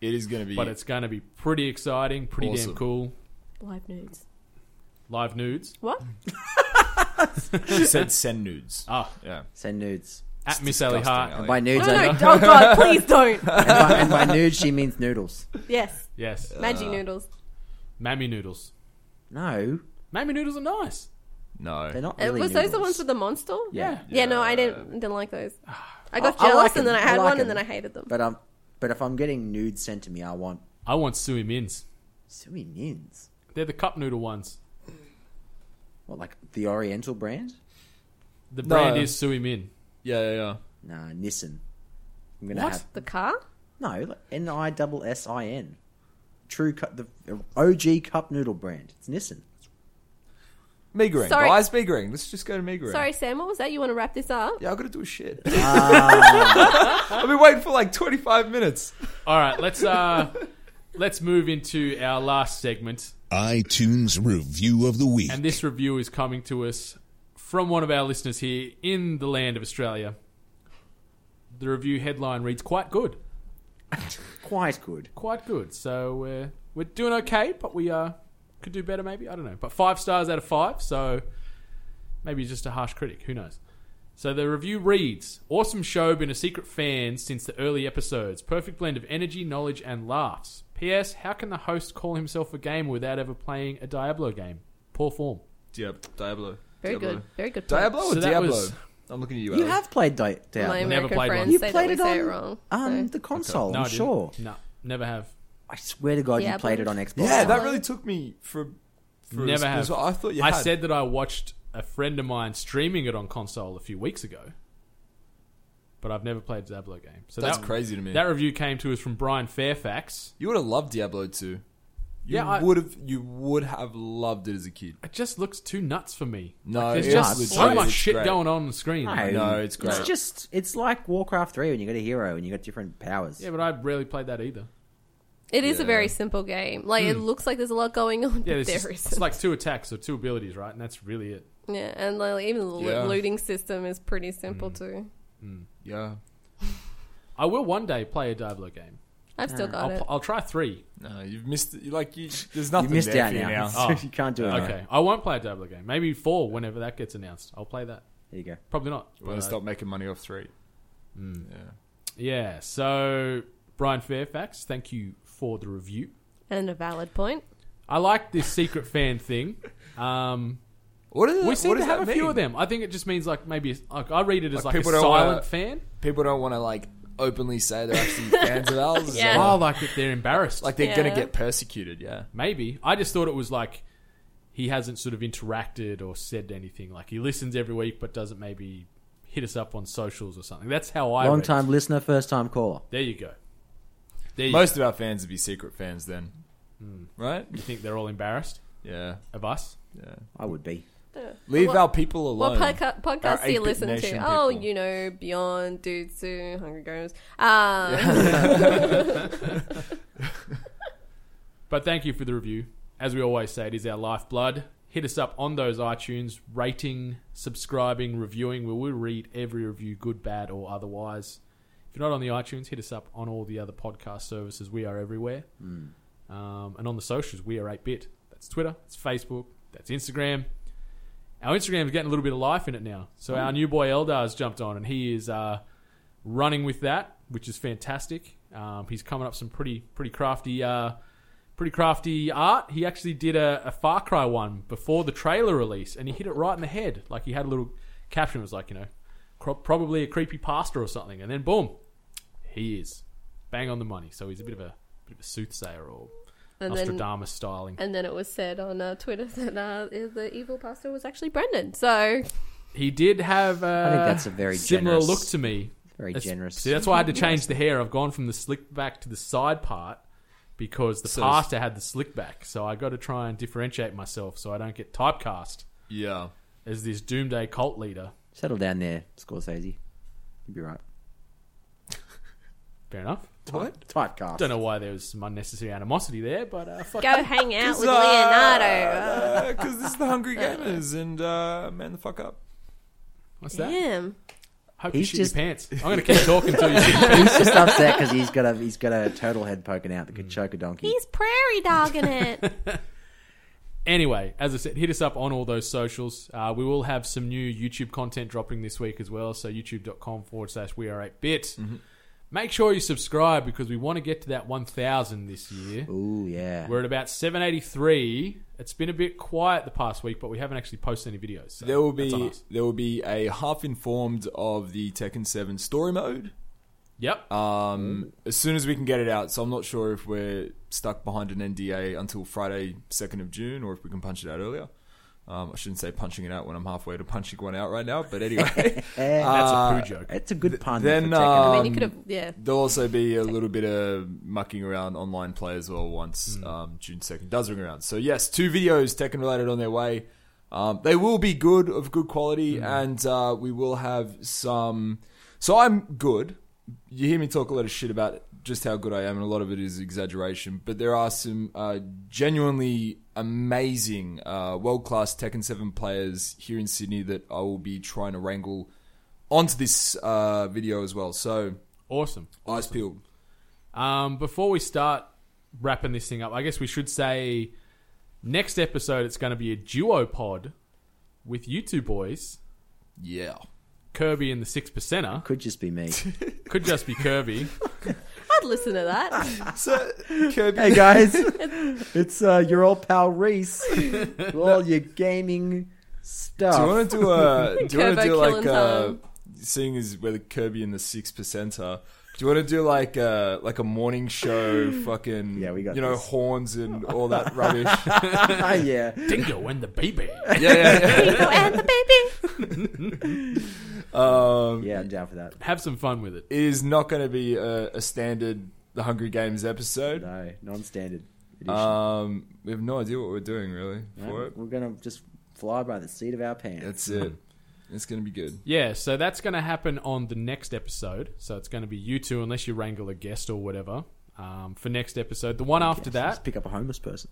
J: It is going to be.
G: But it's going to be pretty exciting, pretty
J: Awesome.
G: damn cool.
I: Live nudes.
G: Live nudes
I: What?
J: She said send nudes.
G: Ah.
J: yeah.
H: Send nudes.
G: at Miss Ellie
J: disgusting,
G: Hart.
J: Ellie.
H: By nudes,
I: No, no,
H: I
I: no. Oh God, please don't.
H: and, by, and by nudes she means noodles.
I: Yes,
G: Yes,
I: magic noodles.
G: mammy noodles.
H: No,
G: Mammy noodles are nice.
J: No.
H: they're not
I: Uh,
H: really
I: was
H: noodles.
I: those the ones with the monster?
H: Yeah.
I: Yeah, no, I didn't didn't like those. I got
H: I- I
I: jealous
H: like
I: and then I
H: 'em. I
I: had
H: like
I: one
H: 'em.
I: and then I hated them.
H: But um, but if I'm getting nudes sent to me, I want
G: I want suey mins.
H: suey mins.
G: They're the cup noodle ones.
H: What like the Oriental brand?
G: The
J: No.
G: brand is Sui Min.
J: Yeah, yeah, yeah.
H: Nah, Nissan. I'm gonna have
I: The car?
H: no N I double S I N. True, cu- the OG cup noodle brand. It's Nissan.
J: Meagering.
I: Sorry.
J: Why is meagering? Let's just go to meagering.
I: Sorry, Sam, what was that? You want to wrap this up?
J: Yeah, I gotta do a shit.
I: Ah.
J: I've been waiting for like 25 minutes.
G: All right, let's uh, let's move into our last segment,
D: iTunes review of the week.
G: and this review is coming to us from one of our listeners here in the land of Australia. The review headline reads "Quite good,
H: Quite good.
G: quite good." So we're we're doing okay, but we uh could do better, maybe. I don't know, but five stars out of five, so maybe just a harsh critic. Who knows? So the review reads Awesome show, been a secret fan since the early episodes. Perfect blend of energy, knowledge, and laughs. P.S. How can the host call himself a gamer without ever playing a Diablo game? Poor form.
J: Yep, Diablo.
I: Very
J: Diablo.
I: good. Very good. point.
J: Diablo or
G: So that
J: Diablo?
G: was-
J: I'm looking at you,
H: You
J: Alex.
H: have played Di-
I: My
H: Diablo.
G: never
I: American
G: played one.
I: friends
H: You
I: say that
H: played
I: we
H: it
I: say it
H: on
I: wrong.
H: um,
I: so.
H: the console.
G: No, I
H: I'm
G: didn't.
H: sure.
G: No, never have.
H: I swear to God, you
I: Diablo.
H: played it on Xbox.
J: Yeah, that
I: Diablo.
J: really took me for. for
G: Never
J: a,
G: have.
J: I thought you
G: I
J: had.
G: said that I watched a friend of mine streaming it on console a few weeks ago, but I've never played a Diablo game. So
J: That's
G: that,
J: crazy to me.
G: That review came to us from Brian Fairfax.
J: you would have loved Diablo 2. You
G: Yeah, I-
J: would have. You would have loved it as a kid.
G: It just looks too nuts for me.
J: No,
G: Like,
J: Oh, it
G: there's just
J: is.
G: so
J: It's
G: much
J: great.
G: shit going on on the screen.
H: No,
J: No, it's great.
H: It's just it's like Warcraft three when you got a hero and you got different powers.
G: Yeah, but I rarely played that either.
I: It is a very simple game. Like it looks like there's a lot going on,
G: Yeah, there's
I: but there
G: just- it's
I: isn't.
G: like two attacks or two abilities, right? And that's really it.
I: yeah, and like, even the lo-
J: Yeah.
I: looting system is pretty simple too.
J: Yeah.
G: I will one day play a Diablo game.
I: I've still
G: Hmm.
I: got
G: I'll,
I: it.
G: pl- I'll try three.
J: No, you've missed. it. You like you. There's nothing.
H: you missed
J: there
H: out
J: for you
H: now.
J: now.
G: Oh.
H: you can't do it. now.
G: Okay, I won't play a Diablo game. Maybe four whenever that gets announced. I'll play that.
H: There you go.
G: Probably not. uh,
J: When they stop making money off three. Yeah.
G: Yeah. So Brian Fairfax, thank you for the review.
I: And a valid point.
G: I like this secret fan thing. Um,
J: What is
G: we seem
J: what
G: to
J: does
G: have a
J: that
G: few
J: mean?
G: of them. I think it just means like maybe it's- like I read it as
J: Like
G: like, a
J: people don't wanna-
G: silent fan.
J: People don't want to like openly say they're actually fans of ours.
I: Yeah.
J: So,
G: Oh, like that they're embarrassed.
J: like they're gonna
I: Yeah.
J: get persecuted. Yeah.
G: Maybe. I just thought it was like he hasn't sort of interacted or said anything. Like he listens every week but doesn't maybe hit us up on socials or something. That's how I
H: Long
G: read it.
H: time listener, first time caller.
G: There you go. There you
J: Most of our fans would be secret fans then, right?
G: go. You think they're all embarrassed
J: Yeah.
G: of us?
J: Yeah.
H: I would be.
J: Leave
I: What-
J: our people alone.
I: What podca- podcast
J: Our
I: do you
J: 8-bit
I: listen to?
J: nation
I: Oh,
J: people.
I: you know, Beyond, Dutsu, Hungry Games. Um,
G: But thank you for the review. As we always say, it is our lifeblood. Hit us up on those iTunes, rating, subscribing, reviewing. We will read every review, good, bad, or otherwise. If you're not on the iTunes, hit us up on all the other podcast services. We are everywhere. Um, and on the socials, we are 8-Bit. That's Twitter, that's Facebook, that's Instagram. Our Instagram's getting a little bit of life in it now. So
I: Hmm.
G: our new boy Eldar's jumped on, and he is... Uh, running with that, which is fantastic. Um, he's coming up some pretty pretty crafty uh, pretty crafty art. He actually did a, a Far Cry one before the trailer release, and he hit it right in the head. Like he had a little caption it was like you know cro- probably a creepy pasta or something, and then boom, he is bang on the money. So he's a bit of a bit of a soothsayer or
I: and then
G: Nostradamus styling.
I: and then it was said on uh, Twitter that uh, the evil pastor was actually Brendan. So
G: He did have. Uh,
H: think that's a very
G: similar
H: generous-
G: look to me.
H: very
G: That's-
H: generous.
G: See, that's why I had to change the hair. I've gone from the slick back to the side part because the
J: So-
G: pastor had the slick back. So I got to try and differentiate myself so I don't get typecast
J: yeah.
G: as this doomsday cult leader.
H: Settle down there, Scorsese. You'll be right.
G: Fair enough.
J: What?
H: Typecast.
G: Don't know why there was some unnecessary animosity there, but uh, fuck.
I: go hang out with
J: uh,
I: Leonardo.
J: Because Uh, this is the Hungry Gamers and uh, man the fuck up.
G: What's that?
I: Damn.
G: Hope
H: He's
G: you shit
H: just-
G: your pants. I'm gonna keep talking until you. shit.
H: He's just upset because he's got a he's got a turtle head poking out that
J: Hmm.
H: could choke a donkey.
I: He's prairie dogging it.
G: Anyway, as I said, hit us up on all those socials. Uh, we will have some new YouTube content dropping this week as well. So youtube.com forward slash we are 8-bit.
J: Mm-hmm.
G: Make sure you subscribe because we want to get to that 1,000 this year.
H: Ooh yeah.
G: We're at about 783. It's been a bit quiet the past week, but we haven't actually posted any videos. so
J: There will
G: that's on
J: be
G: us.
J: there will be a half informed of the Tekken Seven story mode.
G: Yep.
J: Um, as soon as we can get it out. So I'm not sure if we're stuck behind an NDA until Friday, second of June, or if we can punch it out earlier. Um, I shouldn't say punching it out when I'm halfway to punching one out right now, but anyway.
H: Eh,
G: that's a
J: uh,
G: poo joke.
H: it's a good pun.
J: then,
H: for Tekken.
I: I mean, you could have, yeah.
J: There'll also be a little bit of mucking around online play as well once um, June 2nd does ring around. So, yes, two videos Tekken related on their way. Um, they will be good, of good quality, and uh, we will have some. So, I'm good. You hear me talk a lot of shit about just how good I am, and a lot of it is exaggeration, but there are some uh, genuinely amazing, uh, world class Tekken 7 players here in Sydney that I will be trying to wrangle onto this uh, video as well. So,
G: awesome.
J: Eyes peeled.
G: Um, before we start wrapping this thing up, I guess we should say next episode it's going to be a duo pod with you two boys,
J: Yeah.
G: Kirby and the Six
J: uh,
G: Percenter.
H: could just be me.
G: Could just be Kirby.
I: I'd listen to that.
J: So Kirby,
H: hey guys, it's uh, your old pal Reese. with all your gaming stuff.
J: do you want to do a? Do you want
I: Turbo
J: to do like
I: killing
J: uh
I: time.
J: Seeing as where the Kirby and the six percenter. Do you want to do like a like a morning show? Fucking
H: Yeah, we got
J: you know
H: this.
J: horns and all that rubbish.
H: Ah, yeah.
G: Dingo and the baby.
J: yeah, yeah,
I: Nico and the baby.
J: yeah. Um,
H: Yeah, I'm down for that.
G: Have some fun with it.
J: It is not going to be a, a standard The Hungry Games episode.
H: No, non-standard edition.
J: Um, we have no idea what we're doing really for
H: Right?
J: it.
H: We're gonna just fly by the seat of our pants.
J: That's it. It's going to be good.
G: Yeah, so that's going to happen on the next episode. So it's going to be you two, unless you wrangle a guest or whatever. Um, for next episode, the one after
H: Yeah, just
G: that,
H: pick up a homeless person.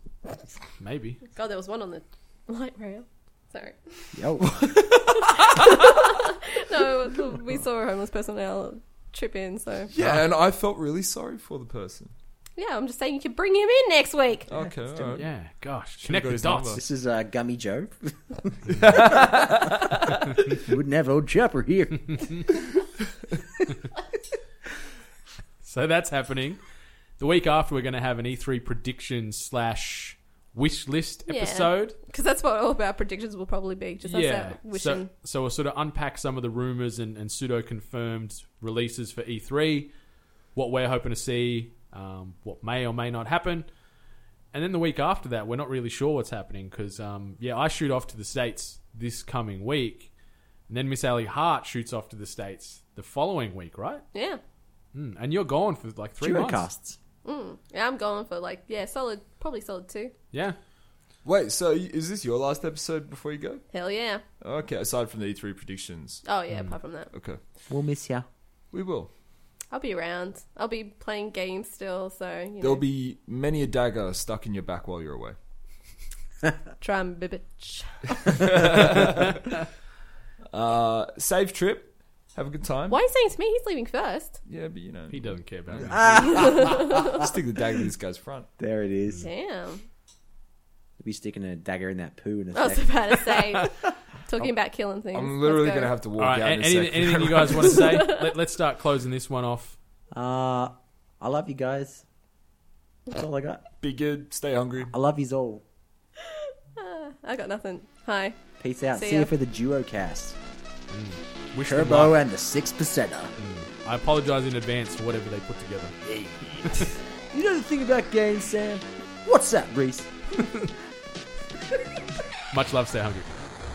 G: maybe.
I: God, there was one on the light rail. Sorry.
H: Yo,
I: No, we saw a homeless person on our trip in, so.
J: Uh, Yeah, and I felt really sorry for the person.
I: Yeah, I'm just saying you could bring him in next week.
J: Okay, all right.
G: Yeah, gosh.
J: Should've
G: Connect
J: got his
G: the dots.
J: number.
H: This is uh, Gummy Joe. Wouldn't have old Chopper here.
G: So that's happening. The week after, we're going to have an E3 prediction slash wish list
I: Yeah.
G: episode.
I: Because that's what all of our predictions will probably be. Just us out wishing.
G: So, so we'll sort of unpack some of the rumors and, and pseudo confirmed releases for E3, what we're hoping to see, um, what may or may not happen. And then the week after that, we're not really sure what's happening because, um, yeah, I shoot off to the States this coming week. And then Miss Ellie Hart shoots off to the States the following week, right?
I: Yeah.
G: Mm, And you're gone for like three months.
H: Duocasts.
I: Yeah, I'm going for like, yeah, solid, probably solid two.
G: Yeah.
J: Wait, so y- is this your last episode before you go?
I: Hell yeah.
J: Okay, aside from the E3 predictions.
I: Oh, yeah, apart from that.
J: Okay,
H: We'll miss ya.
J: we will.
I: I'll be around. I'll be playing games still, so, you know,
J: There'll be many a dagger stuck in your back while you're away.
I: try and be bitch.
J: Uh, safe trip. Have a good time.
I: Why are you saying to me he's leaving first?
J: Yeah, but you know,
G: He doesn't care about it.
J: Ah. stick the dagger in this guy's front.
H: There it is.
I: Damn.
H: Be sticking a dagger in that poo in a
I: I was
H: sec.
I: about to say, talking about killing things.
J: I'm literally
I: Let's
J: going
I: go.
J: to have to walk
G: All right.
J: out in
G: a-
J: a
G: Anything,
J: sec.
G: anything you guys want to say? Let, let's start closing this one off.
H: Uh, I love you guys. That's all I got.
J: Be good. Stay hungry.
H: I love yous all.
I: I got nothing. Hi.
H: Peace out.
I: See
H: See,
I: ya.
H: ya for the Duocast.
G: Mm. Wish them luck.
H: Turbo and the Six Percenter.
G: I apologize in advance for whatever they put together.
H: You know the thing about games, Sam? What's that, Reese?
G: Much love, stay hungry.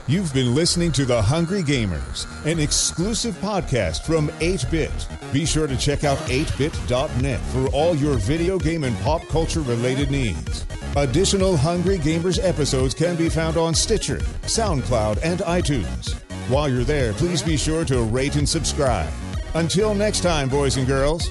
D: You've been listening to The Hungry Gamers, an exclusive podcast from 8Bit. Be sure to check out 8Bit.net for all your video game and pop culture related needs. Additional Hungry Gamers episodes can be found on Stitcher, SoundCloud, and iTunes. While you're there, please be sure to rate and subscribe. Until next time, boys and girls.